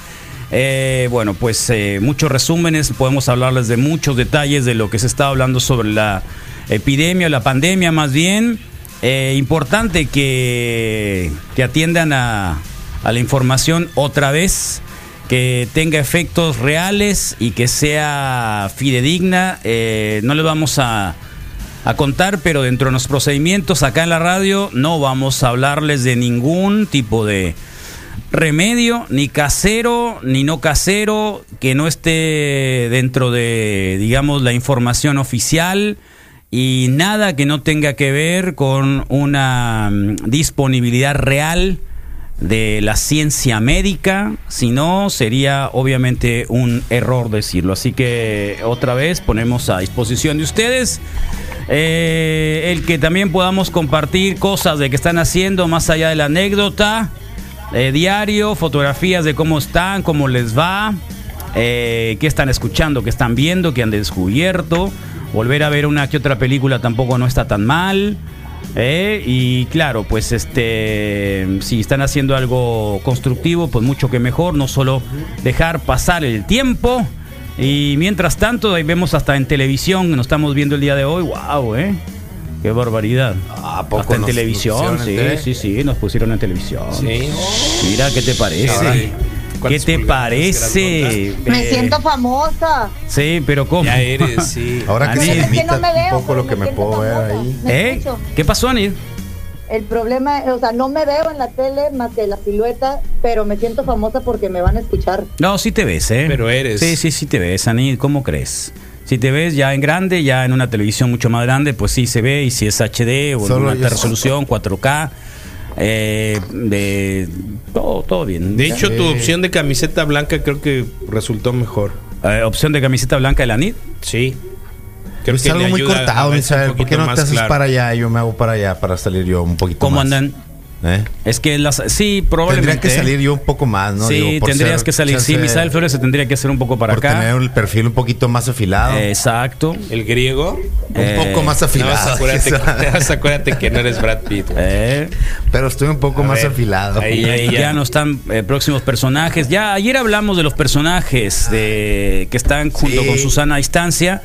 [SPEAKER 6] Eh, bueno, pues eh, muchos resúmenes, podemos hablarles de muchos detalles de lo que se está hablando sobre la epidemia, la pandemia más bien. Eh, importante que, que atiendan a, a la información otra vez que tenga efectos reales y que sea fidedigna. Eh, no le vamos a, a contar, pero dentro de los procedimientos acá en la radio no vamos a hablarles de ningún tipo de remedio, ni casero, ni no casero, que no esté dentro de, digamos, la información oficial y nada que no tenga que ver con una mm, disponibilidad real de la ciencia médica, si no sería obviamente un error decirlo. Así que otra vez ponemos a disposición de ustedes eh, el que también podamos compartir cosas de que están haciendo más allá de la anécdota, eh, diario, fotografías de cómo están, cómo les va, eh, qué están escuchando, qué están viendo, qué han descubierto. Volver a ver una que otra película tampoco no está tan mal. ¿eh? Y claro, pues este, si están haciendo algo constructivo, pues mucho que mejor, no solo dejar pasar el tiempo. Y mientras tanto, ahí vemos hasta en televisión, nos estamos viendo el día de hoy, wow, ¿eh? Qué barbaridad.
[SPEAKER 9] ¿A poco
[SPEAKER 6] hasta en
[SPEAKER 9] nos-
[SPEAKER 6] televisión,
[SPEAKER 9] nos
[SPEAKER 6] sí,
[SPEAKER 9] pusieron en
[SPEAKER 6] sí, sí, nos pusieron en televisión.
[SPEAKER 10] Sí.
[SPEAKER 6] Mira, ¿qué te parece?
[SPEAKER 10] Sí.
[SPEAKER 6] ¿Qué
[SPEAKER 10] ¿Cuántas
[SPEAKER 6] te
[SPEAKER 10] pulgadas
[SPEAKER 6] parece?
[SPEAKER 11] Me
[SPEAKER 6] Eh,
[SPEAKER 11] siento famosa.
[SPEAKER 6] Sí, pero ¿cómo?
[SPEAKER 10] Ya eres,
[SPEAKER 6] (laughs)
[SPEAKER 10] sí.
[SPEAKER 9] Ahora que
[SPEAKER 6] Ani-
[SPEAKER 9] se
[SPEAKER 11] Es que
[SPEAKER 9] limita
[SPEAKER 11] no me veo,
[SPEAKER 9] un poco
[SPEAKER 11] pero
[SPEAKER 9] lo que
[SPEAKER 11] me
[SPEAKER 9] me
[SPEAKER 11] siento
[SPEAKER 9] puedo ver
[SPEAKER 11] famosa.
[SPEAKER 9] ahí.
[SPEAKER 11] Me
[SPEAKER 6] ¿Eh?
[SPEAKER 11] escucho.
[SPEAKER 6] ¿Qué pasó, Anir?
[SPEAKER 11] El problema, o sea, no me veo en la tele más que la silueta, pero me siento famosa porque me van a escuchar.
[SPEAKER 6] No, sí te ves, ¿eh?
[SPEAKER 10] Pero eres.
[SPEAKER 6] Sí, sí, sí te ves, Anir, ¿cómo crees? Si te ves ya en grande, ya en una televisión mucho más grande, pues sí se ve, y si es HD o en
[SPEAKER 9] Solo
[SPEAKER 6] una
[SPEAKER 9] yo-
[SPEAKER 6] alta resolución, 4K, eh, de, todo, todo bien.
[SPEAKER 10] De hecho, tu opción de camiseta blanca creo que resultó mejor.
[SPEAKER 6] Eh, opción de camiseta blanca de la NID.
[SPEAKER 10] Sí.
[SPEAKER 9] Pero es algo
[SPEAKER 10] le
[SPEAKER 9] muy
[SPEAKER 10] ayuda a
[SPEAKER 9] cortado,
[SPEAKER 10] verse un
[SPEAKER 9] Misael. ¿Por qué
[SPEAKER 10] poquito
[SPEAKER 9] no
[SPEAKER 10] más
[SPEAKER 9] te haces
[SPEAKER 10] claro.
[SPEAKER 9] para allá? Yo me hago para allá para salir yo un poquito
[SPEAKER 6] ¿Cómo
[SPEAKER 9] más.
[SPEAKER 6] andan?
[SPEAKER 9] ¿Eh?
[SPEAKER 6] Es que las. Sí, probablemente.
[SPEAKER 9] Tendría que
[SPEAKER 6] ¿eh?
[SPEAKER 9] salir yo un poco más, ¿no?
[SPEAKER 6] sí,
[SPEAKER 9] Digo, por
[SPEAKER 6] tendrías
[SPEAKER 9] ser-
[SPEAKER 6] que salir. Sí,
[SPEAKER 9] chance-
[SPEAKER 6] Misael Flores se tendría que hacer un poco para
[SPEAKER 9] por
[SPEAKER 6] acá. Eh,
[SPEAKER 9] tener el perfil un poquito más afilado.
[SPEAKER 6] Exacto.
[SPEAKER 10] El griego.
[SPEAKER 9] un
[SPEAKER 6] eh,
[SPEAKER 9] poco más
[SPEAKER 10] Nada más
[SPEAKER 9] afilado.
[SPEAKER 10] acuérdate,
[SPEAKER 9] quizá.
[SPEAKER 10] nada más acuérdate que (laughs) no eres Brad Pitt. güey.
[SPEAKER 6] Eh,
[SPEAKER 9] Pero estoy un poco
[SPEAKER 10] A
[SPEAKER 9] más
[SPEAKER 10] ver,
[SPEAKER 9] afilado.
[SPEAKER 10] ahí
[SPEAKER 6] y
[SPEAKER 10] ya,
[SPEAKER 6] ahí
[SPEAKER 10] ya.
[SPEAKER 6] ya no están eh, próximos personajes. Ya ayer hablamos de los personajes de, que están junto
[SPEAKER 9] Sí.
[SPEAKER 6] con Susana a distancia.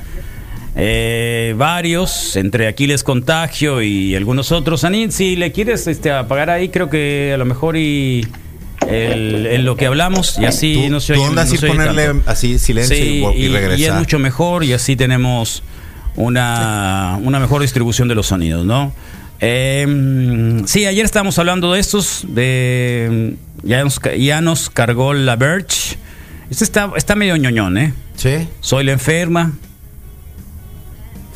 [SPEAKER 6] Eh, varios, entre Aquiles Contagio y algunos otros. Anin, si le quieres este, apagar ahí, creo que a lo mejor y el- en lo que hablamos, y así
[SPEAKER 9] Tú-
[SPEAKER 6] no se
[SPEAKER 9] tú
[SPEAKER 6] oye.
[SPEAKER 9] andas
[SPEAKER 6] no
[SPEAKER 9] y
[SPEAKER 6] se oye
[SPEAKER 9] ponerle
[SPEAKER 6] tanto.
[SPEAKER 9] así silencio y vol- y regresar.
[SPEAKER 6] es mucho mejor y así tenemos una, una mejor distribución de los sonidos, ¿no? Eh, sí, ayer estábamos hablando de estos, de ya nos, ca- ya nos cargó la Birch. Este está, está medio ñoñón, ¿eh?
[SPEAKER 9] Sí,
[SPEAKER 6] Soy la enferma,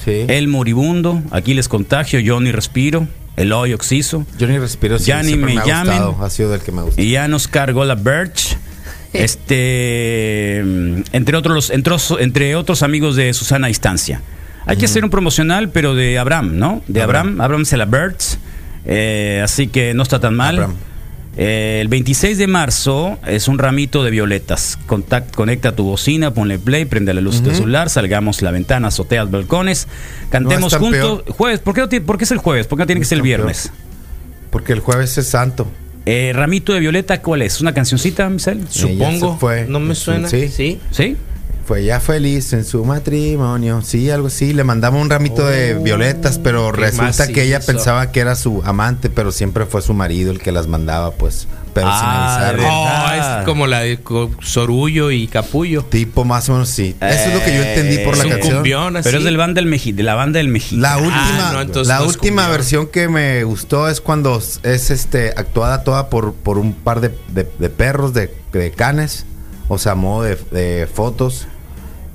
[SPEAKER 9] sí.
[SPEAKER 6] el moribundo, aquí les contagio, yo ni respiro, el hoy oxiso.
[SPEAKER 9] yo ni respiro. sí,
[SPEAKER 6] Ya ni
[SPEAKER 9] siempre
[SPEAKER 6] me
[SPEAKER 9] ha
[SPEAKER 6] llamen.
[SPEAKER 9] gustado, Ha sido del que me gusta.
[SPEAKER 6] Y ya nos cargó la Birch. (laughs) Este, entre otros, los- entre, os- entre otros amigos de Susana a Distancia. Hay que hacer un promocional, pero de Abraham, ¿no? De Abraham, Abraham se la Birch. eh, así que no está tan mal.
[SPEAKER 9] Abraham.
[SPEAKER 6] Eh, el 26 de marzo es un ramito de violetas. Contact- conecta tu bocina, ponle play, prende la luz de tu celular, salgamos la ventana, azoteas, balcones, cantemos
[SPEAKER 9] están
[SPEAKER 6] juntos. Jueves, ¿por qué, no ti- ¿por qué es el jueves? ¿Por qué no tiene que ser el
[SPEAKER 9] están peor.
[SPEAKER 6] viernes?
[SPEAKER 9] Porque el jueves es santo.
[SPEAKER 6] Eh, Ramito de Violeta, ¿cuál es? ¿Una cancioncita, Michelle?
[SPEAKER 9] Ella
[SPEAKER 10] Supongo.
[SPEAKER 9] Eh, se fue.
[SPEAKER 10] No me
[SPEAKER 9] Sí.
[SPEAKER 10] suena.
[SPEAKER 9] Sí.
[SPEAKER 6] ¿Sí?
[SPEAKER 9] Fue ya feliz en su matrimonio. Sí, algo así. Le mandamos un ramito de
[SPEAKER 10] Oh,
[SPEAKER 9] violetas, pero
[SPEAKER 10] qué
[SPEAKER 9] resulta que ella
[SPEAKER 10] macizo.
[SPEAKER 9] pensaba que era su amante, pero siempre fue su marido el que las mandaba, pues. Pero
[SPEAKER 6] Ah,
[SPEAKER 9] sin avisarle.
[SPEAKER 6] de
[SPEAKER 10] No,
[SPEAKER 6] verdad.
[SPEAKER 10] es como la de co- Sorullo y Capullo.
[SPEAKER 9] Tipo, más o menos sí. Eso es lo que yo entendí por la
[SPEAKER 10] es un
[SPEAKER 9] canción.
[SPEAKER 10] cumbión así.
[SPEAKER 6] Pero es del banda del Meji- de la banda del México.
[SPEAKER 9] La última,
[SPEAKER 10] no, entonces
[SPEAKER 9] la
[SPEAKER 10] no es
[SPEAKER 9] última
[SPEAKER 10] cumbión.
[SPEAKER 9] versión que me gustó es cuando es este actuada toda por, por un par de, de- de perros, de, de canes, o sea, a modo de, de fotos.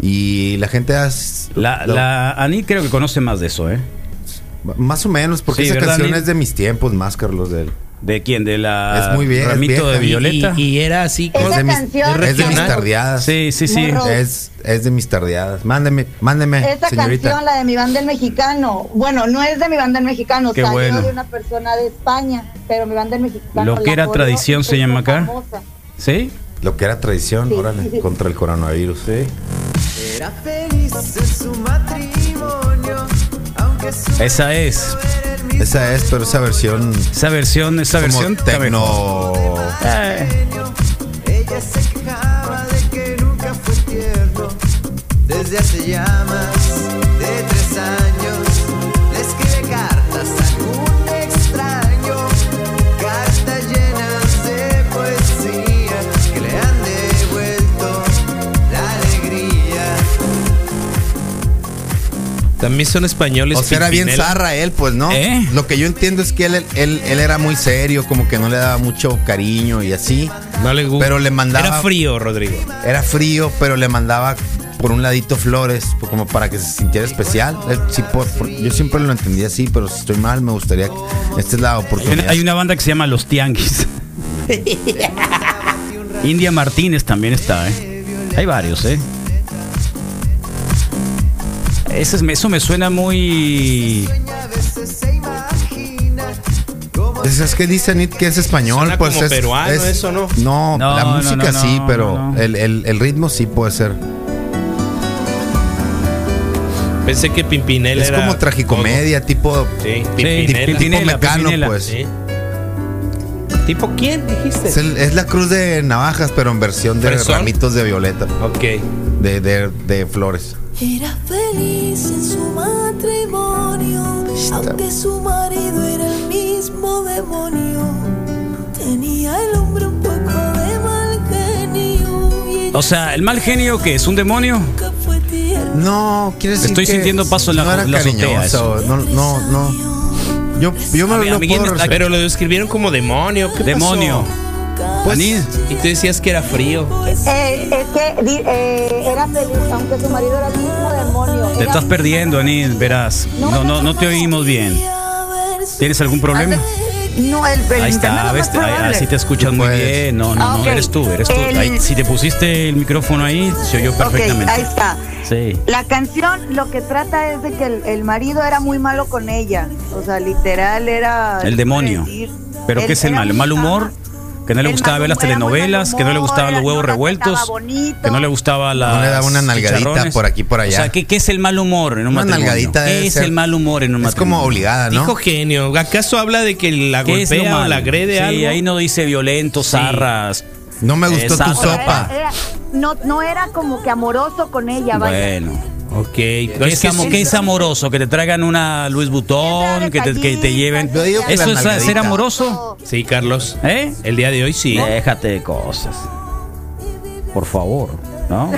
[SPEAKER 9] Y la gente has-
[SPEAKER 6] La,
[SPEAKER 9] lo-
[SPEAKER 6] la Ani creo que conoce más de eso, ¿eh?
[SPEAKER 9] más o menos, porque
[SPEAKER 6] Sí,
[SPEAKER 9] esa
[SPEAKER 6] ¿verdad,
[SPEAKER 9] canción
[SPEAKER 6] Lin?
[SPEAKER 9] es de mis tiempos, más Carlos del.
[SPEAKER 6] ¿De quién? De la
[SPEAKER 9] Es muy bien, es
[SPEAKER 6] Ramito de
[SPEAKER 9] vieja.
[SPEAKER 6] Violeta.
[SPEAKER 10] Y, y era así
[SPEAKER 11] Esa
[SPEAKER 10] como-
[SPEAKER 9] de mis,
[SPEAKER 11] canción
[SPEAKER 9] es de mis
[SPEAKER 11] Carlos,
[SPEAKER 9] tardeadas.
[SPEAKER 6] Sí, sí, sí. Eh,
[SPEAKER 11] Morro.
[SPEAKER 9] Es, es de mis tardeadas. Mándeme, mándeme,
[SPEAKER 6] (laughs)
[SPEAKER 11] Esa
[SPEAKER 9] señorita.
[SPEAKER 11] canción, la de mi banda el mexicano. Bueno, no es de mi banda el mexicano,
[SPEAKER 6] Qué
[SPEAKER 11] salió
[SPEAKER 6] bueno.
[SPEAKER 11] de una persona de España, pero mi banda el mexicano.
[SPEAKER 6] Lo que
[SPEAKER 11] la
[SPEAKER 6] era
[SPEAKER 11] corrió
[SPEAKER 6] tradición
[SPEAKER 11] y
[SPEAKER 6] se llama
[SPEAKER 11] hizo
[SPEAKER 6] acá.
[SPEAKER 11] famosa.
[SPEAKER 6] ¿Sí?
[SPEAKER 9] Lo que era traición,
[SPEAKER 11] Sí,
[SPEAKER 9] órale,
[SPEAKER 11] sí, (laughs) sí.
[SPEAKER 9] contra el coronavirus.
[SPEAKER 6] Esa es.
[SPEAKER 9] Esa es, pero esa versión.
[SPEAKER 6] Esa versión, esa
[SPEAKER 9] como
[SPEAKER 6] versión. está mejor.
[SPEAKER 9] tecno.
[SPEAKER 6] Eh,
[SPEAKER 13] Desde hace ya más de tres años le escribe cartas a algún extraño, cartas llenas de poesía que le han devuelto la alegría.
[SPEAKER 10] También son españoles.
[SPEAKER 9] O sea, era bien
[SPEAKER 10] Pimpinela.
[SPEAKER 9] zarra él, pues, ¿no?
[SPEAKER 6] ¿Eh?
[SPEAKER 9] Lo que yo entiendo es que él, él, él era muy serio, como que no le daba mucho cariño y así.
[SPEAKER 10] No
[SPEAKER 6] Uh,
[SPEAKER 10] le gusta.
[SPEAKER 9] Pero le mandaba.
[SPEAKER 10] Era frío, Rodrigo.
[SPEAKER 9] Era frío, pero le mandaba por un ladito flores, por- como para que se sintiera especial. Eh, sí, por- por- yo siempre lo entendí así, pero si estoy mal, me gustaría. que- Esta es la
[SPEAKER 6] hay una-
[SPEAKER 9] oportunidad.
[SPEAKER 6] hay una banda que se llama Los Tianguis. India Martínez también está, ¿eh? Hay varios, ¿eh? Eso, es- eso me suena muy.
[SPEAKER 9] Es, Pues es que dicen It, que es español,
[SPEAKER 10] Suena
[SPEAKER 9] pues
[SPEAKER 10] como
[SPEAKER 9] es,
[SPEAKER 10] peruano
[SPEAKER 9] es-
[SPEAKER 10] eso, ¿no?
[SPEAKER 9] No,
[SPEAKER 6] No,
[SPEAKER 9] la
[SPEAKER 6] no,
[SPEAKER 9] música
[SPEAKER 6] no,
[SPEAKER 9] sí,
[SPEAKER 6] no,
[SPEAKER 9] pero
[SPEAKER 6] no, no.
[SPEAKER 9] El, el- el ritmo sí puede ser.
[SPEAKER 10] Pensé que Pimpinela
[SPEAKER 9] es
[SPEAKER 10] era
[SPEAKER 9] como tragicomedia, tipo
[SPEAKER 10] todo. Sí,
[SPEAKER 6] Sí,
[SPEAKER 10] Pimpinela.
[SPEAKER 9] tipo
[SPEAKER 6] Pimpinela, Eh,
[SPEAKER 9] mecano,
[SPEAKER 6] Pimpinela.
[SPEAKER 9] pues.
[SPEAKER 10] Sí. ¿Tipo quién dijiste?
[SPEAKER 9] Es, el- es la cruz de navajas, pero en versión de
[SPEAKER 10] ¿Fresón?
[SPEAKER 9] ramitos de violeta,
[SPEAKER 10] Ok.
[SPEAKER 9] de, de- de flores.
[SPEAKER 14] Era feliz en su matrimonio, aunque su marido era el mismo demonio. Tenía el hombre un poco de mal genio y ella
[SPEAKER 6] O sea, ¿el mal genio que es? ¿Un demonio?
[SPEAKER 14] nunca fue tierna.
[SPEAKER 9] No, quieres decir
[SPEAKER 6] Estoy
[SPEAKER 9] que
[SPEAKER 6] sintiendo paso en la-
[SPEAKER 9] no era
[SPEAKER 6] la azotea,
[SPEAKER 9] cariñoso,
[SPEAKER 6] eso.
[SPEAKER 9] no, no, no. Yo, yo me
[SPEAKER 6] A
[SPEAKER 9] lo
[SPEAKER 6] mí- a mí
[SPEAKER 9] puedo
[SPEAKER 6] me está-
[SPEAKER 9] respetar.
[SPEAKER 10] Pero lo describieron como demonio. ¿Qué pasó?
[SPEAKER 6] Demonio.
[SPEAKER 9] Pues,
[SPEAKER 6] Anís.
[SPEAKER 10] Y tú decías que era frío.
[SPEAKER 11] Eh, es que di- eh, era feliz, aunque su marido era el mismo demonio.
[SPEAKER 6] Te
[SPEAKER 11] Era-
[SPEAKER 6] estás perdiendo, Anís, verás. No, no, no te oímos bien. ¿Tienes algún problema?
[SPEAKER 11] No, el, el
[SPEAKER 6] Ahí
[SPEAKER 11] internet
[SPEAKER 6] está,
[SPEAKER 11] no
[SPEAKER 6] ves,
[SPEAKER 11] más
[SPEAKER 6] ahí,
[SPEAKER 11] probable.
[SPEAKER 6] ahí sí te escuchas
[SPEAKER 9] Tú
[SPEAKER 6] muy
[SPEAKER 9] puedes.
[SPEAKER 6] bien. No, no,
[SPEAKER 11] Ah,
[SPEAKER 6] no,
[SPEAKER 11] ok.
[SPEAKER 6] eres tú, eres tú.
[SPEAKER 11] El-
[SPEAKER 6] Ahí, si te pusiste el micrófono ahí, se oyó
[SPEAKER 11] Ok,
[SPEAKER 6] perfectamente.
[SPEAKER 11] ahí está.
[SPEAKER 6] Sí.
[SPEAKER 11] La canción lo que trata es de que el, el marido era muy malo con ella. O sea, literal era.
[SPEAKER 6] El demonio.
[SPEAKER 11] decir,
[SPEAKER 6] ¿Pero
[SPEAKER 11] él
[SPEAKER 6] qué es el
[SPEAKER 11] era
[SPEAKER 6] mal? ¿El
[SPEAKER 11] muy
[SPEAKER 6] mal humor? Que no le
[SPEAKER 11] El
[SPEAKER 6] gustaba
[SPEAKER 11] mal
[SPEAKER 6] ver las
[SPEAKER 11] humor, era muy
[SPEAKER 6] telenovelas,
[SPEAKER 11] mal
[SPEAKER 6] que no le gustaban los
[SPEAKER 11] humor,
[SPEAKER 6] huevos
[SPEAKER 11] no
[SPEAKER 6] revueltos,
[SPEAKER 11] trataba bonito.
[SPEAKER 6] que no le gustaba la.
[SPEAKER 9] No le daba una nalgadita por aquí, por allá.
[SPEAKER 6] O sea, ¿qué, qué es el mal humor en un
[SPEAKER 9] Una
[SPEAKER 6] matrimonio?
[SPEAKER 9] nalgadita
[SPEAKER 6] ¿Qué
[SPEAKER 9] debe
[SPEAKER 6] es
[SPEAKER 9] ser-
[SPEAKER 6] el mal humor en un
[SPEAKER 9] es como
[SPEAKER 6] matrimonio?
[SPEAKER 9] obligada, ¿no?
[SPEAKER 10] Dijo genio. ¿Acaso habla de que la
[SPEAKER 6] ¿Qué es lo
[SPEAKER 10] golpea o
[SPEAKER 6] malo?
[SPEAKER 10] la agrede
[SPEAKER 6] sí,
[SPEAKER 10] algo?
[SPEAKER 6] ahí no dice violentos, zarras.
[SPEAKER 9] no me gustó tu
[SPEAKER 6] Exacto.
[SPEAKER 11] O sea, era-
[SPEAKER 9] sopa.
[SPEAKER 11] era- no, no era como que amoroso con ella, vaya.
[SPEAKER 6] Bueno.
[SPEAKER 10] Ok.
[SPEAKER 6] ¿Qué es, amo- qué es
[SPEAKER 10] amor?
[SPEAKER 6] amoroso? Que te traigan una Luis Butón, Oh, que te, que te lleven.
[SPEAKER 9] Yo digo que
[SPEAKER 6] ¿Eso
[SPEAKER 9] la
[SPEAKER 6] es
[SPEAKER 9] nalgadita.
[SPEAKER 6] ser amoroso?
[SPEAKER 10] Sí, Carlos.
[SPEAKER 6] ¿Eh?
[SPEAKER 10] El día de hoy sí.
[SPEAKER 6] Déjate de cosas. Por favor, ¿no?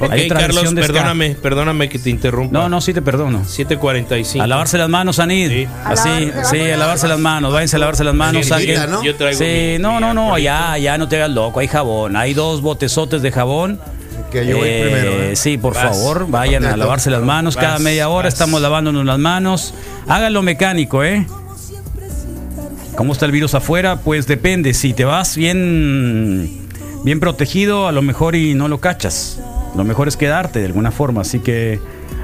[SPEAKER 10] Ok,
[SPEAKER 6] Hay otra
[SPEAKER 10] Carlos,
[SPEAKER 6] versión
[SPEAKER 9] este
[SPEAKER 6] de ska.
[SPEAKER 10] perdóname, perdóname que te interrumpa.
[SPEAKER 6] No, no, sí te perdono.
[SPEAKER 10] 745.
[SPEAKER 6] A lavarse las manos, Anid.
[SPEAKER 10] Sí.
[SPEAKER 11] A
[SPEAKER 6] Así,
[SPEAKER 11] lavarse las
[SPEAKER 6] sí, a lavarse las manos. Váyanse a lavarse las manos.
[SPEAKER 9] Sí,
[SPEAKER 6] alguien.
[SPEAKER 9] grita, ¿no?
[SPEAKER 10] Yo traigo
[SPEAKER 6] Sí,
[SPEAKER 10] mi-
[SPEAKER 6] no,
[SPEAKER 10] mi
[SPEAKER 6] no, no,
[SPEAKER 10] arbolito.
[SPEAKER 6] ya, ya no te hagas loco. Hay jabón. Hay dos botezotes de jabón.
[SPEAKER 9] Que yo voy
[SPEAKER 6] Eh,
[SPEAKER 9] primero. ¿eh?
[SPEAKER 6] Sí, por
[SPEAKER 10] Vas.
[SPEAKER 6] favor, vayan a
[SPEAKER 9] Atento.
[SPEAKER 6] lavarse las manos. Cada
[SPEAKER 10] Vas,
[SPEAKER 6] media hora
[SPEAKER 10] vas.
[SPEAKER 6] estamos lavándonos las manos. Háganlo mecánico, ¿eh? ¿Cómo está el virus afuera? Pues depende. Si te vas bien, bien protegido, a lo mejor y no lo cachas. Lo mejor es quedarte de alguna forma. Así que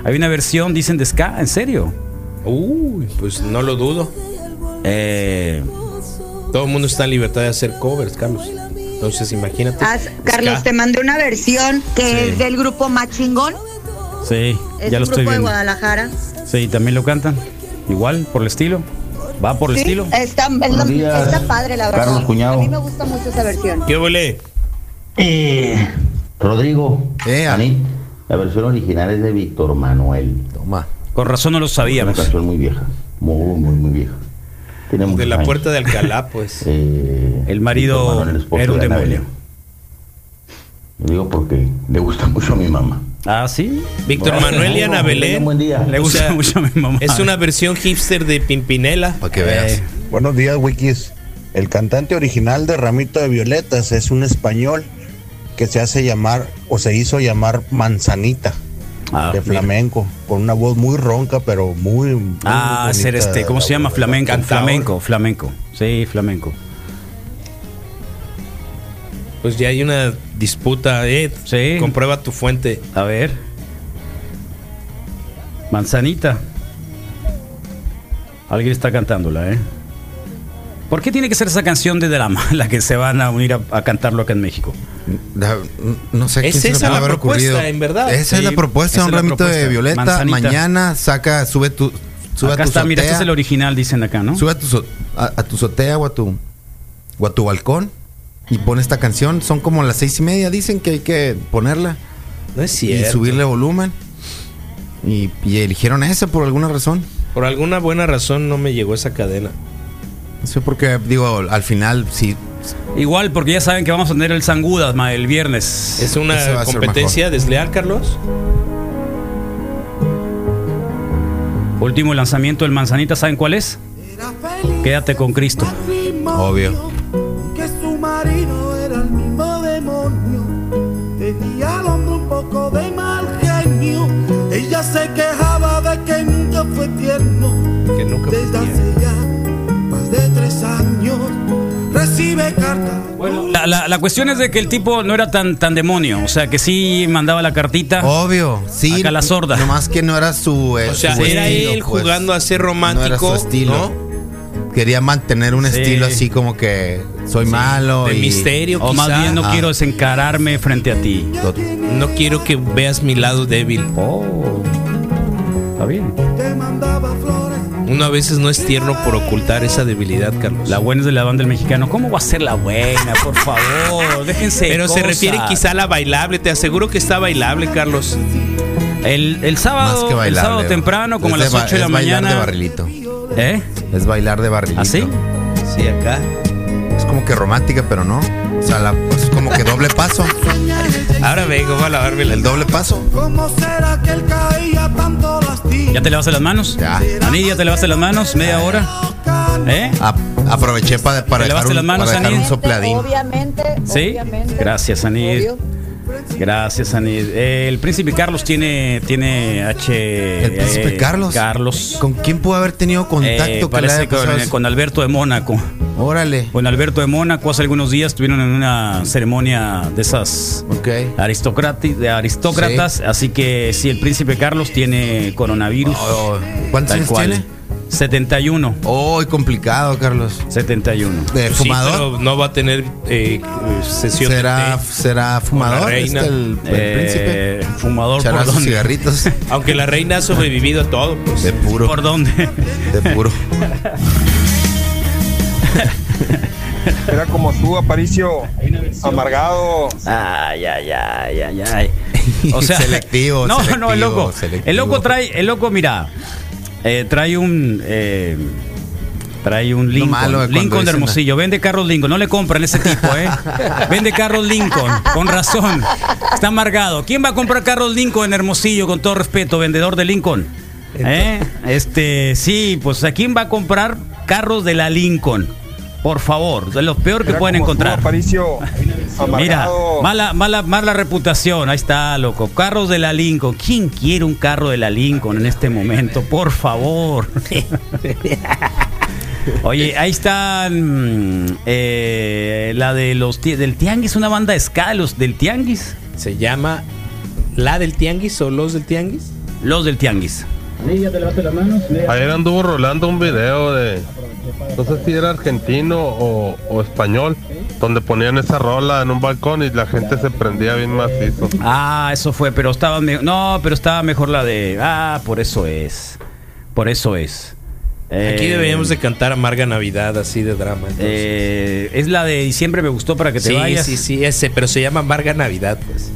[SPEAKER 6] hay una versión, dicen de Ska, en serio.
[SPEAKER 10] Uy, pues no lo dudo.
[SPEAKER 6] Eh,
[SPEAKER 10] Todo el mundo está en libertad de hacer covers, Carlos. Entonces, imagínate.
[SPEAKER 11] Ah, Carlos,
[SPEAKER 10] Ska.
[SPEAKER 11] te mandé una versión que
[SPEAKER 6] Sí.
[SPEAKER 11] es del grupo Machingón.
[SPEAKER 6] sí,
[SPEAKER 11] Es
[SPEAKER 6] ya
[SPEAKER 11] un
[SPEAKER 6] lo
[SPEAKER 11] grupo
[SPEAKER 6] estoy
[SPEAKER 11] de
[SPEAKER 6] viendo.
[SPEAKER 11] Guadalajara.
[SPEAKER 6] Sí, también lo cantan. Igual, por el estilo. Va por el
[SPEAKER 11] Sí, eh.
[SPEAKER 6] estilo.
[SPEAKER 11] Está, es lo- está padre, la verdad. A mí me gusta mucho esa versión.
[SPEAKER 10] ¿Qué volé?
[SPEAKER 15] Eh, Rodrigo,
[SPEAKER 9] Eh,
[SPEAKER 15] Ani, la versión original es de Víctor Manuel.
[SPEAKER 9] Toma.
[SPEAKER 6] Con razón no lo
[SPEAKER 15] Una
[SPEAKER 6] sabíamos.
[SPEAKER 15] canción muy vieja, muy, muy, muy vieja. Tiene
[SPEAKER 10] De
[SPEAKER 15] muchos
[SPEAKER 10] la
[SPEAKER 15] años.
[SPEAKER 10] puerta de Alcalá, pues.
[SPEAKER 15] Eh,
[SPEAKER 6] El marido
[SPEAKER 15] Víctor Manuel, esposo
[SPEAKER 6] era un
[SPEAKER 15] de Ana
[SPEAKER 6] demonio.
[SPEAKER 15] Belén. Lo digo porque le gusta mucho a mi mamá.
[SPEAKER 6] Ah, sí.
[SPEAKER 10] Víctor Manuel y Ana
[SPEAKER 15] Tenga un
[SPEAKER 10] Belén.
[SPEAKER 15] Buen día.
[SPEAKER 6] Le
[SPEAKER 10] O
[SPEAKER 6] gusta
[SPEAKER 10] sea,
[SPEAKER 6] mucho a mi mamá.
[SPEAKER 10] Es una versión hipster de Pimpinela.
[SPEAKER 9] Para que veas.
[SPEAKER 6] Eh,
[SPEAKER 16] Buenos días, Wikis. El cantante original de Ramito de Violetas es un español
[SPEAKER 17] que se hace llamar o se hizo llamar Manzanita.
[SPEAKER 6] Ah,
[SPEAKER 17] de
[SPEAKER 6] mira.
[SPEAKER 17] flamenco, con una voz muy ronca, pero muy. muy
[SPEAKER 6] Ah,
[SPEAKER 17] bonita.
[SPEAKER 6] ser este, ¿cómo se llama? Flamenco.
[SPEAKER 17] Cantador.
[SPEAKER 6] Flamenco, flamenco. Sí, flamenco.
[SPEAKER 9] Pues ya hay una disputa, Ed. Comprueba tu fuente.
[SPEAKER 6] A ver. Manzanita. Alguien está cantándola, ¿eh? ¿Por qué tiene que ser esa canción de Drama (laughs) la que se van a unir a, a cantarlo acá en México?
[SPEAKER 10] No sé quién se le pudo haber ocurrido. Esa es la propuesta, un ramito de violeta. Mañana saca, sube tu. Sube
[SPEAKER 6] Acá
[SPEAKER 10] a tu
[SPEAKER 6] está, mira, este
[SPEAKER 10] azotea.
[SPEAKER 6] es el original, dicen acá, ¿no?
[SPEAKER 10] Sube a tu, so- a, a tu azotea o a tu, o a tu balcón y pone esta canción. Son como las seis y media, dicen que hay que ponerla.
[SPEAKER 9] No es
[SPEAKER 10] Y
[SPEAKER 9] cierto.
[SPEAKER 10] subirle volumen. Y, y eligieron esa por alguna razón.
[SPEAKER 9] Por alguna buena razón no me llegó esa cadena.
[SPEAKER 10] No sé por qué, digo, al final sí.
[SPEAKER 6] Igual, porque ya saben que vamos a tener el Sangudas ma, el viernes.
[SPEAKER 9] Es una competencia desleal, Carlos.
[SPEAKER 6] Último lanzamiento del Manzanita, ¿saben cuál es? Quédate con Cristo.
[SPEAKER 10] Obvio.
[SPEAKER 18] que su marido era el mismo demonio. Tenía al hombre un poco de mal genio. Ella se quejaba de que nunca fue tierno.
[SPEAKER 9] Que nunca
[SPEAKER 18] Desde hace ya más de tres años recibe cartas.
[SPEAKER 6] La, la- la cuestión es de que el tipo no era tan, tan demonio, o sea que sí mandaba la cartita.
[SPEAKER 9] Oh,
[SPEAKER 10] Obvio, sí.
[SPEAKER 6] Acá la sorda.
[SPEAKER 10] Nomás que no era su. eh,
[SPEAKER 9] O sea,
[SPEAKER 10] su
[SPEAKER 9] era
[SPEAKER 10] estilo,
[SPEAKER 9] él
[SPEAKER 10] pues.
[SPEAKER 9] jugando a ser
[SPEAKER 10] No
[SPEAKER 9] romántico.
[SPEAKER 10] era su estilo. Quería mantener un
[SPEAKER 6] Sí.
[SPEAKER 10] estilo así como que soy malo.
[SPEAKER 6] De
[SPEAKER 10] y-
[SPEAKER 6] misterio, O más quizá. bien no
[SPEAKER 9] Ah.
[SPEAKER 6] quiero desencararme frente a ti.
[SPEAKER 9] No quiero que veas mi lado débil.
[SPEAKER 6] Oh. Está bien.
[SPEAKER 9] Uno a veces no es tierno por ocultar esa debilidad, Carlos.
[SPEAKER 6] La buena es de la banda del mexicano. ¿Cómo va a ser la buena?
[SPEAKER 10] (laughs)
[SPEAKER 6] Por favor, déjense. de
[SPEAKER 9] Pero se
[SPEAKER 6] cosas.
[SPEAKER 9] refiere quizá a la bailable. Te aseguro que está bailable, Carlos.
[SPEAKER 6] El, el
[SPEAKER 10] Más
[SPEAKER 6] sábado,
[SPEAKER 10] que bailar.
[SPEAKER 6] el sábado temprano, como a las 8 de la mañana. ¿Ah,
[SPEAKER 10] Es bailar de barrilito.
[SPEAKER 6] ¿Eh?
[SPEAKER 10] Es bailar de barrilito.
[SPEAKER 6] ¿Así?
[SPEAKER 9] Sí, acá.
[SPEAKER 10] Es como que romántica, pero no. O sea, la- es como que doble paso.
[SPEAKER 9] Ahora vengo a lavarme
[SPEAKER 10] El doble paso.
[SPEAKER 18] ¿Cómo será que él caía tanto lastimado?
[SPEAKER 6] ¿Ya te lavaste las manos?
[SPEAKER 10] Ya.
[SPEAKER 6] Anid, ¿ya te lavaste las manos? ¿Media hora? ¿Eh?
[SPEAKER 10] A- aproveché pa- para, dejar
[SPEAKER 6] ¿Te lavaste
[SPEAKER 10] un,
[SPEAKER 6] las manos,
[SPEAKER 10] para dejar un
[SPEAKER 6] Anid?
[SPEAKER 10] sopladín.
[SPEAKER 11] Este, Obviamente,
[SPEAKER 6] ¿Sí?
[SPEAKER 11] obviamente.
[SPEAKER 6] Gracias, Anid.
[SPEAKER 11] Obvio.
[SPEAKER 6] Gracias, Anid. Eh, el príncipe Carlos tiene, tiene H.
[SPEAKER 10] El príncipe
[SPEAKER 6] eh,
[SPEAKER 10] Carlos.
[SPEAKER 6] Carlos.
[SPEAKER 10] ¿Con quién pudo haber tenido contacto?
[SPEAKER 6] Eh,
[SPEAKER 10] que le
[SPEAKER 6] parece
[SPEAKER 10] haya
[SPEAKER 6] con,
[SPEAKER 10] pasado
[SPEAKER 6] eh,
[SPEAKER 10] eso?
[SPEAKER 6] con Alberto de Mónaco.
[SPEAKER 10] Órale.
[SPEAKER 6] Con Alberto de Mónaco hace algunos días estuvieron en una ceremonia de esas
[SPEAKER 10] Ok.
[SPEAKER 6] aristocrati- de aristócratas. Así que sí, el príncipe Carlos tiene coronavirus.
[SPEAKER 10] Oh, ¿Cuántos
[SPEAKER 6] tal
[SPEAKER 10] años
[SPEAKER 6] cual.
[SPEAKER 10] tiene?
[SPEAKER 6] 71.
[SPEAKER 10] Oh, complicado, Carlos.
[SPEAKER 6] 71.
[SPEAKER 10] ¿De
[SPEAKER 9] Sí,
[SPEAKER 10] fumador?
[SPEAKER 9] pero no va a tener eh, sesión de
[SPEAKER 10] ¿Será,
[SPEAKER 9] té.
[SPEAKER 10] ¿Será fumador?
[SPEAKER 9] reina.
[SPEAKER 10] este, el, el
[SPEAKER 6] Eh,
[SPEAKER 10] príncipe.
[SPEAKER 6] fumador
[SPEAKER 10] Echará
[SPEAKER 6] por
[SPEAKER 10] sus
[SPEAKER 6] dónde. (laughs)
[SPEAKER 10] cigarritos
[SPEAKER 9] Aunque la reina ha sobrevivido a todo, pues.
[SPEAKER 10] de puro.
[SPEAKER 6] ¿Por dónde?
[SPEAKER 10] De puro.
[SPEAKER 7] Era como tú, Aparicio, amargado.
[SPEAKER 6] Ay, ay, ay, ay,
[SPEAKER 10] (laughs)
[SPEAKER 6] ay. O sea,
[SPEAKER 10] selectivo,
[SPEAKER 6] no,
[SPEAKER 10] selectivo,
[SPEAKER 6] no, el loco.
[SPEAKER 10] selectivo.
[SPEAKER 6] El loco trae, el loco, mira, eh, trae un. eh, trae un Lincoln.
[SPEAKER 10] malo de cuando
[SPEAKER 6] Lincoln de
[SPEAKER 10] dicen-
[SPEAKER 6] Hermosillo. Vende carros Lincoln. No le compran ese tipo,
[SPEAKER 10] (laughs)
[SPEAKER 6] ¿eh? Vende carros Lincoln. Con razón. Está amargado. ¿Quién va a comprar carros Lincoln en Hermosillo? Con todo respeto, vendedor de Lincoln. ¿Eh? Este, sí, pues ¿a quién va a comprar carros de la Lincoln? Por favor, de los peor que
[SPEAKER 7] Era
[SPEAKER 6] pueden
[SPEAKER 7] como tú,
[SPEAKER 6] encontrar.
[SPEAKER 7] Aparicio,
[SPEAKER 6] Mira,
[SPEAKER 7] amargado.
[SPEAKER 6] mala, mala, mala reputación, ahí está, loco. Carros de la Lincoln. ¿Quién quiere un carro de la Lincoln en este momento? Por favor. (laughs) Oye, ahí está mm, eh, la de los ti- del Tianguis, una banda de ska de los del Tianguis.
[SPEAKER 9] Se llama La del Tianguis o Los del Tianguis.
[SPEAKER 6] Los del Tianguis.
[SPEAKER 19] Anilla, te lavaste las manos.
[SPEAKER 2] Ayer anduvo rolando un video de, no sé si era argentino o, o español, donde ponían esa rola en un balcón y la gente se prendía bien macizo.
[SPEAKER 6] Ah, eso fue, pero estaba me- no, pero estaba mejor la de ah, por eso es, por eso es.
[SPEAKER 9] Aquí
[SPEAKER 6] Eh,
[SPEAKER 9] deberíamos de cantar Amarga Navidad, así de drama. entonces.
[SPEAKER 6] eh, es la de diciembre me gustó para que te
[SPEAKER 9] sí,
[SPEAKER 6] vayas.
[SPEAKER 9] sí, sí, ese, pero se llama Amarga Navidad, pues.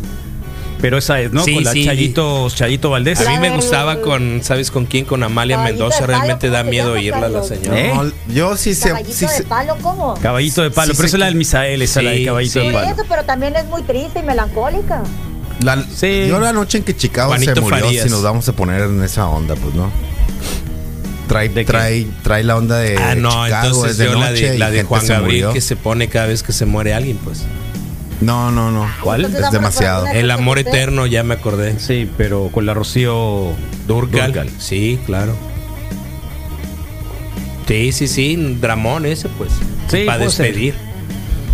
[SPEAKER 6] Pero esa es, ¿no?
[SPEAKER 9] Sí,
[SPEAKER 6] con la
[SPEAKER 9] sí.
[SPEAKER 6] Chayito, Chayito Valdés.
[SPEAKER 9] A mí me gustaba con, ¿sabes con quién? Con Amalia Mendoza, realmente da miedo oírla la señora.
[SPEAKER 6] ¿Eh?
[SPEAKER 10] No, yo sí sé.
[SPEAKER 11] ¿Caballito
[SPEAKER 10] sí
[SPEAKER 11] de
[SPEAKER 10] sé-
[SPEAKER 11] palo cómo?
[SPEAKER 6] Caballito de palo,
[SPEAKER 10] Sí,
[SPEAKER 6] pero
[SPEAKER 10] sé
[SPEAKER 6] esa es la del Misael, esa es la de
[SPEAKER 10] Sí,
[SPEAKER 6] Caballito
[SPEAKER 10] sí.
[SPEAKER 6] de
[SPEAKER 11] Por
[SPEAKER 6] palo.
[SPEAKER 11] eso, pero también es muy triste y melancólica.
[SPEAKER 10] la-
[SPEAKER 6] Sí.
[SPEAKER 10] Yo la noche en que Chicago se
[SPEAKER 9] Juanito
[SPEAKER 10] murió,
[SPEAKER 9] Farías.
[SPEAKER 10] si nos vamos a poner en esa onda, pues no. Trae, trae, trae la onda de
[SPEAKER 9] Ah, no,
[SPEAKER 10] Chicago
[SPEAKER 9] entonces
[SPEAKER 10] es de
[SPEAKER 9] yo la
[SPEAKER 10] noche
[SPEAKER 9] de,
[SPEAKER 10] y
[SPEAKER 9] la de
[SPEAKER 10] gente
[SPEAKER 9] Juan
[SPEAKER 10] se
[SPEAKER 9] Gabriel
[SPEAKER 10] murió.
[SPEAKER 9] que se pone cada vez que se muere alguien, pues. No, no, no.
[SPEAKER 6] ¿Cuál?
[SPEAKER 9] Es demasiado.
[SPEAKER 6] El amor eterno, ya me acordé. Sí, pero con la Rocío Durcal. Sí, claro. Sí, sí, sí, dramón ese, pues.
[SPEAKER 10] Sí,
[SPEAKER 6] para
[SPEAKER 10] puede ser.
[SPEAKER 6] despedir.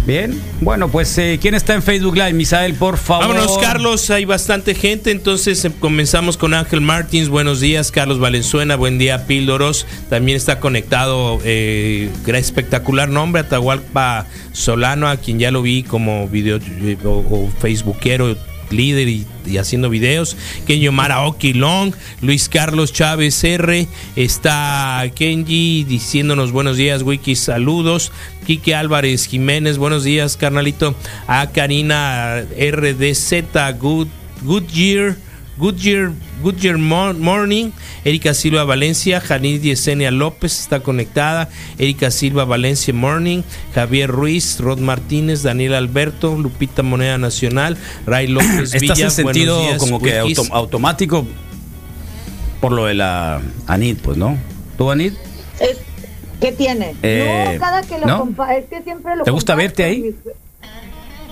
[SPEAKER 10] Bien, bueno, pues eh, ¿quién está en Facebook Live? Misael, por favor.
[SPEAKER 6] Vámonos, Carlos. Hay bastante gente. Entonces eh, comenzamos con Ángel Martins. Buenos días, Carlos Valenzuela. Buen día, Píldoros. También está conectado. Eh, gran- espectacular nombre, Atahualpa Solano, a quien ya lo vi como video eh, o, o Facebookero líder y, y haciendo videos, Kenji Omar Aoki Long, Luis Carlos Chávez R, está Kenji diciéndonos buenos días, Wiki, saludos, Quique Álvarez Jiménez, buenos días, carnalito, a Karina RDZ, Good, Good Year. Good Year, Good Year Mo- Morning, Erika Silva Valencia, Janice Yesenia López está conectada, Erika Silva Valencia Morning, Javier Ruiz, Rod Martínez, Daniel Alberto, Lupita Moneda Nacional, Ray López Villa.
[SPEAKER 10] (clears throat) Estás en
[SPEAKER 6] buenos
[SPEAKER 10] sentido
[SPEAKER 6] días,
[SPEAKER 10] como que
[SPEAKER 6] Wikis.
[SPEAKER 10] autom- automático por lo de la Anit, pues, ¿no? ¿Tú, Anit?
[SPEAKER 11] Es- ¿Qué tiene?
[SPEAKER 10] Eh,
[SPEAKER 11] no, cada que lo
[SPEAKER 10] ¿no?
[SPEAKER 11] compa- es que siempre lo
[SPEAKER 10] ¿Te gusta
[SPEAKER 11] comparto
[SPEAKER 10] verte ahí?
[SPEAKER 11] mis-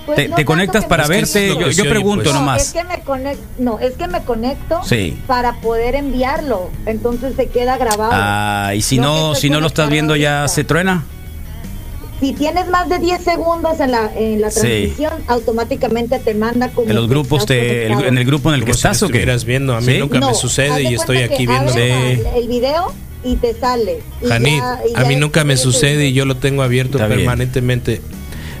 [SPEAKER 11] Pues
[SPEAKER 10] ¿Te,
[SPEAKER 11] no
[SPEAKER 10] te
[SPEAKER 11] tanto
[SPEAKER 10] conectas
[SPEAKER 11] que
[SPEAKER 10] para
[SPEAKER 11] me-
[SPEAKER 10] verte?
[SPEAKER 6] es lo
[SPEAKER 10] Yo,
[SPEAKER 6] que
[SPEAKER 10] yo
[SPEAKER 6] se oye,
[SPEAKER 10] pregunto
[SPEAKER 6] pues.
[SPEAKER 11] No,
[SPEAKER 10] nomás.
[SPEAKER 11] es que me conecto, no, es que me conecto
[SPEAKER 10] Sí.
[SPEAKER 11] para poder enviarlo, entonces se queda grabado.
[SPEAKER 10] Ah, y si
[SPEAKER 11] Yo que
[SPEAKER 10] no,
[SPEAKER 11] estoy
[SPEAKER 10] si no lo estás
[SPEAKER 11] conectada
[SPEAKER 10] viendo ya se truena.
[SPEAKER 11] Si tienes más de 10 segundos en la, en la
[SPEAKER 10] Sí.
[SPEAKER 11] transmisión, automáticamente te manda como
[SPEAKER 10] En los
[SPEAKER 11] que
[SPEAKER 10] grupos
[SPEAKER 11] estás
[SPEAKER 10] te, el-
[SPEAKER 11] conectado.
[SPEAKER 10] en el grupo en el que
[SPEAKER 6] Como si
[SPEAKER 10] estás
[SPEAKER 6] lo
[SPEAKER 10] o qué.
[SPEAKER 6] estuvieras viendo, a mí nunca me sucede
[SPEAKER 11] Haz de
[SPEAKER 6] y estoy
[SPEAKER 11] cuenta que
[SPEAKER 6] aquí viendo-
[SPEAKER 11] abres
[SPEAKER 6] Sí.
[SPEAKER 11] la- el video y te sale. Y
[SPEAKER 6] Janit,
[SPEAKER 11] ya- y
[SPEAKER 6] a
[SPEAKER 11] ya
[SPEAKER 6] mí nunca me
[SPEAKER 11] es-
[SPEAKER 6] sucede y yo lo tengo abierto
[SPEAKER 10] Está bien.
[SPEAKER 6] permanentemente.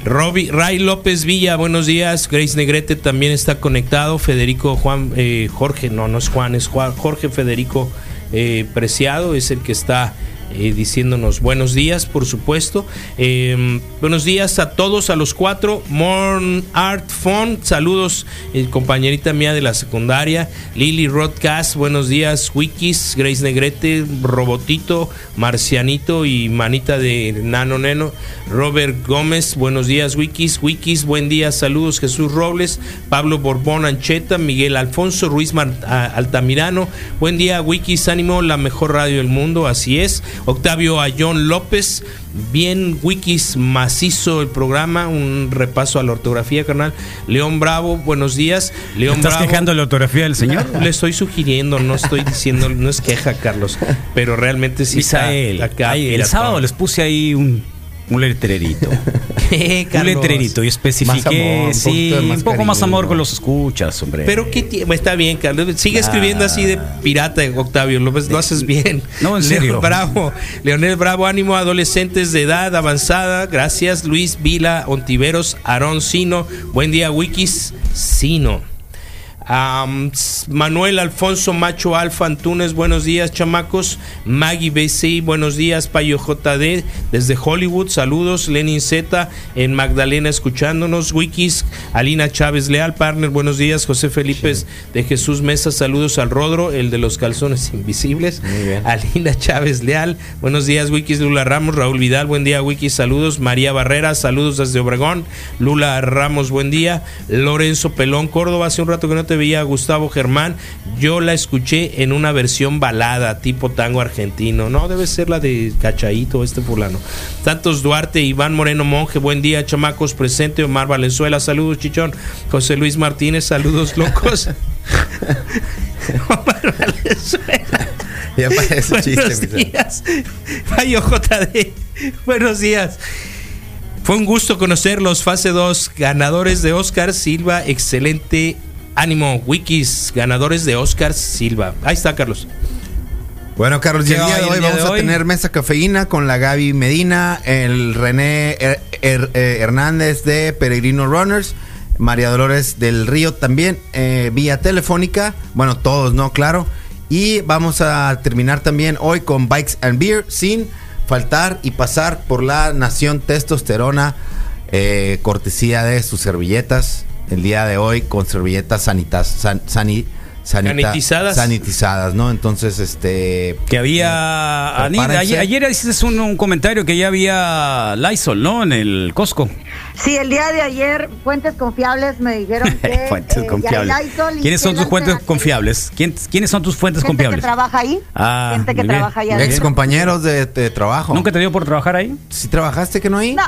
[SPEAKER 6] Robbie, Ray López Villa, buenos días. Grace Negrete también está conectado. Federico Juan, eh, Jorge, no, no es Juan, es Juan, Jorge Federico eh, Preciado, es el que está eh, diciéndonos buenos días, por supuesto. Eh, buenos días a todos, a los cuatro. Morn Art Font, saludos, eh, compañerita mía de la secundaria. Lily Rodcast, buenos días. Wikis, Grace Negrete, Robotito, Marcianito y Manita de Nano Neno. Robert Gómez, buenos días. Wikis, Wikis, buen día. Saludos, Jesús Robles, Pablo Borbón Ancheta, Miguel Alfonso, Ruiz Mar- a- Altamirano. Buen día, Wikis, ánimo, la mejor radio del mundo, así es. Octavio Ayón López, bien, Wikis, macizo el programa, un repaso a la ortografía, carnal. León Bravo, buenos días. León
[SPEAKER 10] ¿Estás
[SPEAKER 6] Bravo.
[SPEAKER 10] quejando de la ortografía del señor?
[SPEAKER 6] Le estoy sugiriendo, no estoy diciendo, no es queja, Carlos, pero realmente sí está
[SPEAKER 10] Misael,
[SPEAKER 6] acá
[SPEAKER 10] ay, el
[SPEAKER 6] piratón.
[SPEAKER 10] sábado les puse ahí un, un letrerito.
[SPEAKER 6] (laughs) ¿Qué,
[SPEAKER 10] un
[SPEAKER 6] Carlos?
[SPEAKER 10] letrerito y
[SPEAKER 9] Más amor,
[SPEAKER 10] especifiqué,
[SPEAKER 9] un
[SPEAKER 10] sí,
[SPEAKER 9] poquito de
[SPEAKER 10] un
[SPEAKER 9] más
[SPEAKER 10] poco más
[SPEAKER 9] cariño.
[SPEAKER 10] amor con los escuchas, hombre.
[SPEAKER 6] Pero que está bien, Carlos. Sigue
[SPEAKER 10] Claro.
[SPEAKER 6] escribiendo así de pirata, Octavio. Lo, ves- lo haces bien.
[SPEAKER 10] No, en
[SPEAKER 6] Leonel
[SPEAKER 10] serio.
[SPEAKER 6] Bravo. Leonel Bravo, ánimo, adolescentes de edad avanzada. Gracias, Luis Vila, Ontiveros, Aarón Sino. Buen día, Wikis Sino. Am, s- Manuel Alfonso Macho Alfa Antunes, buenos días, chamacos. Maggie BC, buenos días. Payo JD, desde Hollywood, saludos. Lenin Z, en Magdalena, escuchándonos. Wikis, Alina Chávez Leal, partner, buenos días. José Felipe de Jesús Mesa, saludos al Rodro, el de los calzones invisibles. (laughs) Alina Chávez Leal, buenos días. Wikis Lula Ramos, Raúl Vidal, buen día. Wikis, saludos. María Barrera, saludos desde Obregón. Lula Ramos, buen día. Lorenzo Pelón Córdoba, hace un rato que no te veía, Gustavo Germán. Yo la escuché en una versión balada, tipo tango argentino. No, debe ser la de Cachaito, este fulano. Santos Duarte, Iván Moreno Monje, buen día, chamacos presente. Omar Valenzuela, saludos, chichón. José Luis Martínez, saludos, locos. (laughs) Omar Valenzuela.
[SPEAKER 9] Ya (laughs)
[SPEAKER 6] (laughs)
[SPEAKER 9] parece
[SPEAKER 6] Buenos
[SPEAKER 9] chiste, Misael.
[SPEAKER 6] días. Mayo JD. Buenos días. Fue un gusto conocerlos. Fase 2. Ganadores de Oscar Silva. Excelente ánimo. Wikis. Ganadores de Oscar Silva. Ahí está, Carlos.
[SPEAKER 9] Bueno, Carlos, y el
[SPEAKER 6] ¿Qué
[SPEAKER 9] día
[SPEAKER 6] hay
[SPEAKER 9] de
[SPEAKER 6] el
[SPEAKER 9] hoy
[SPEAKER 6] día
[SPEAKER 9] vamos
[SPEAKER 6] de
[SPEAKER 9] a
[SPEAKER 6] hoy?
[SPEAKER 9] tener mesa cafeína con la Gaby Medina, el René Her- Her- eh, Hernández de Peregrino Runners, María Dolores del Río también, eh, vía telefónica, bueno, todos, ¿no? Claro. Y vamos a terminar también hoy con Bikes and Beer, sin faltar y pasar por la Nación Testosterona, eh, cortesía de sus servilletas, el día de hoy con servilletas sanitas, san- sani- sanita-
[SPEAKER 6] Sanitizadas.
[SPEAKER 9] sanitizadas, ¿no? Entonces, este,
[SPEAKER 10] que había Anid,
[SPEAKER 9] Prepárense.
[SPEAKER 10] ayer, ayer hiciste un, un comentario que ya había Lysol, ¿no? En el Costco.
[SPEAKER 11] Sí, el día de ayer fuentes confiables
[SPEAKER 10] (laughs)
[SPEAKER 11] me dijeron que
[SPEAKER 10] fuentes
[SPEAKER 11] eh, ya
[SPEAKER 10] confiables.
[SPEAKER 11] hay Lysol y
[SPEAKER 10] ¿Quiénes son
[SPEAKER 11] que
[SPEAKER 10] tus
[SPEAKER 11] lanza
[SPEAKER 10] fuentes
[SPEAKER 11] gente
[SPEAKER 10] confiables? ¿Quién- ¿Quiénes son tus fuentes
[SPEAKER 11] que
[SPEAKER 10] confiables?
[SPEAKER 11] trabaja ahí?
[SPEAKER 10] Ah,
[SPEAKER 11] gente que
[SPEAKER 10] muy bien,
[SPEAKER 11] trabaja allá
[SPEAKER 10] muy
[SPEAKER 9] Ex
[SPEAKER 11] adentro.
[SPEAKER 9] compañeros de, de trabajo.
[SPEAKER 10] ¿Nunca te dio por trabajar ahí?
[SPEAKER 9] ¿Si trabajaste que no ahí?
[SPEAKER 11] No.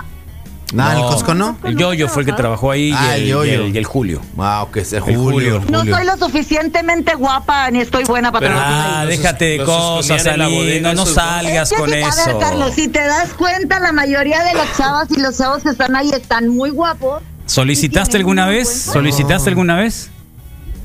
[SPEAKER 9] Nada, el Costco no.
[SPEAKER 10] El Yoyo fue el que trabajó ahí y,
[SPEAKER 9] Ah,
[SPEAKER 10] el,
[SPEAKER 9] el Yoyo.
[SPEAKER 10] y el- y el Julio.
[SPEAKER 9] Ah, ok, es el
[SPEAKER 10] El
[SPEAKER 9] Julio.
[SPEAKER 10] Julio.
[SPEAKER 9] el
[SPEAKER 11] No
[SPEAKER 9] Julio.
[SPEAKER 11] soy lo suficientemente guapa ni estoy buena para trabajar.
[SPEAKER 10] Ah, déjate de
[SPEAKER 6] los
[SPEAKER 10] cosas,
[SPEAKER 6] escondían en la
[SPEAKER 10] Ali.
[SPEAKER 6] bodega,
[SPEAKER 10] No, no
[SPEAKER 6] esos-
[SPEAKER 10] salgas
[SPEAKER 11] Es que
[SPEAKER 10] con
[SPEAKER 11] si- A ver,
[SPEAKER 10] eso.
[SPEAKER 11] Carlos, si te das cuenta, la mayoría de las chavas y los chavos que están ahí están muy guapos.
[SPEAKER 10] ¿Solicitaste alguna vez? ¿Solicitaste alguna vez?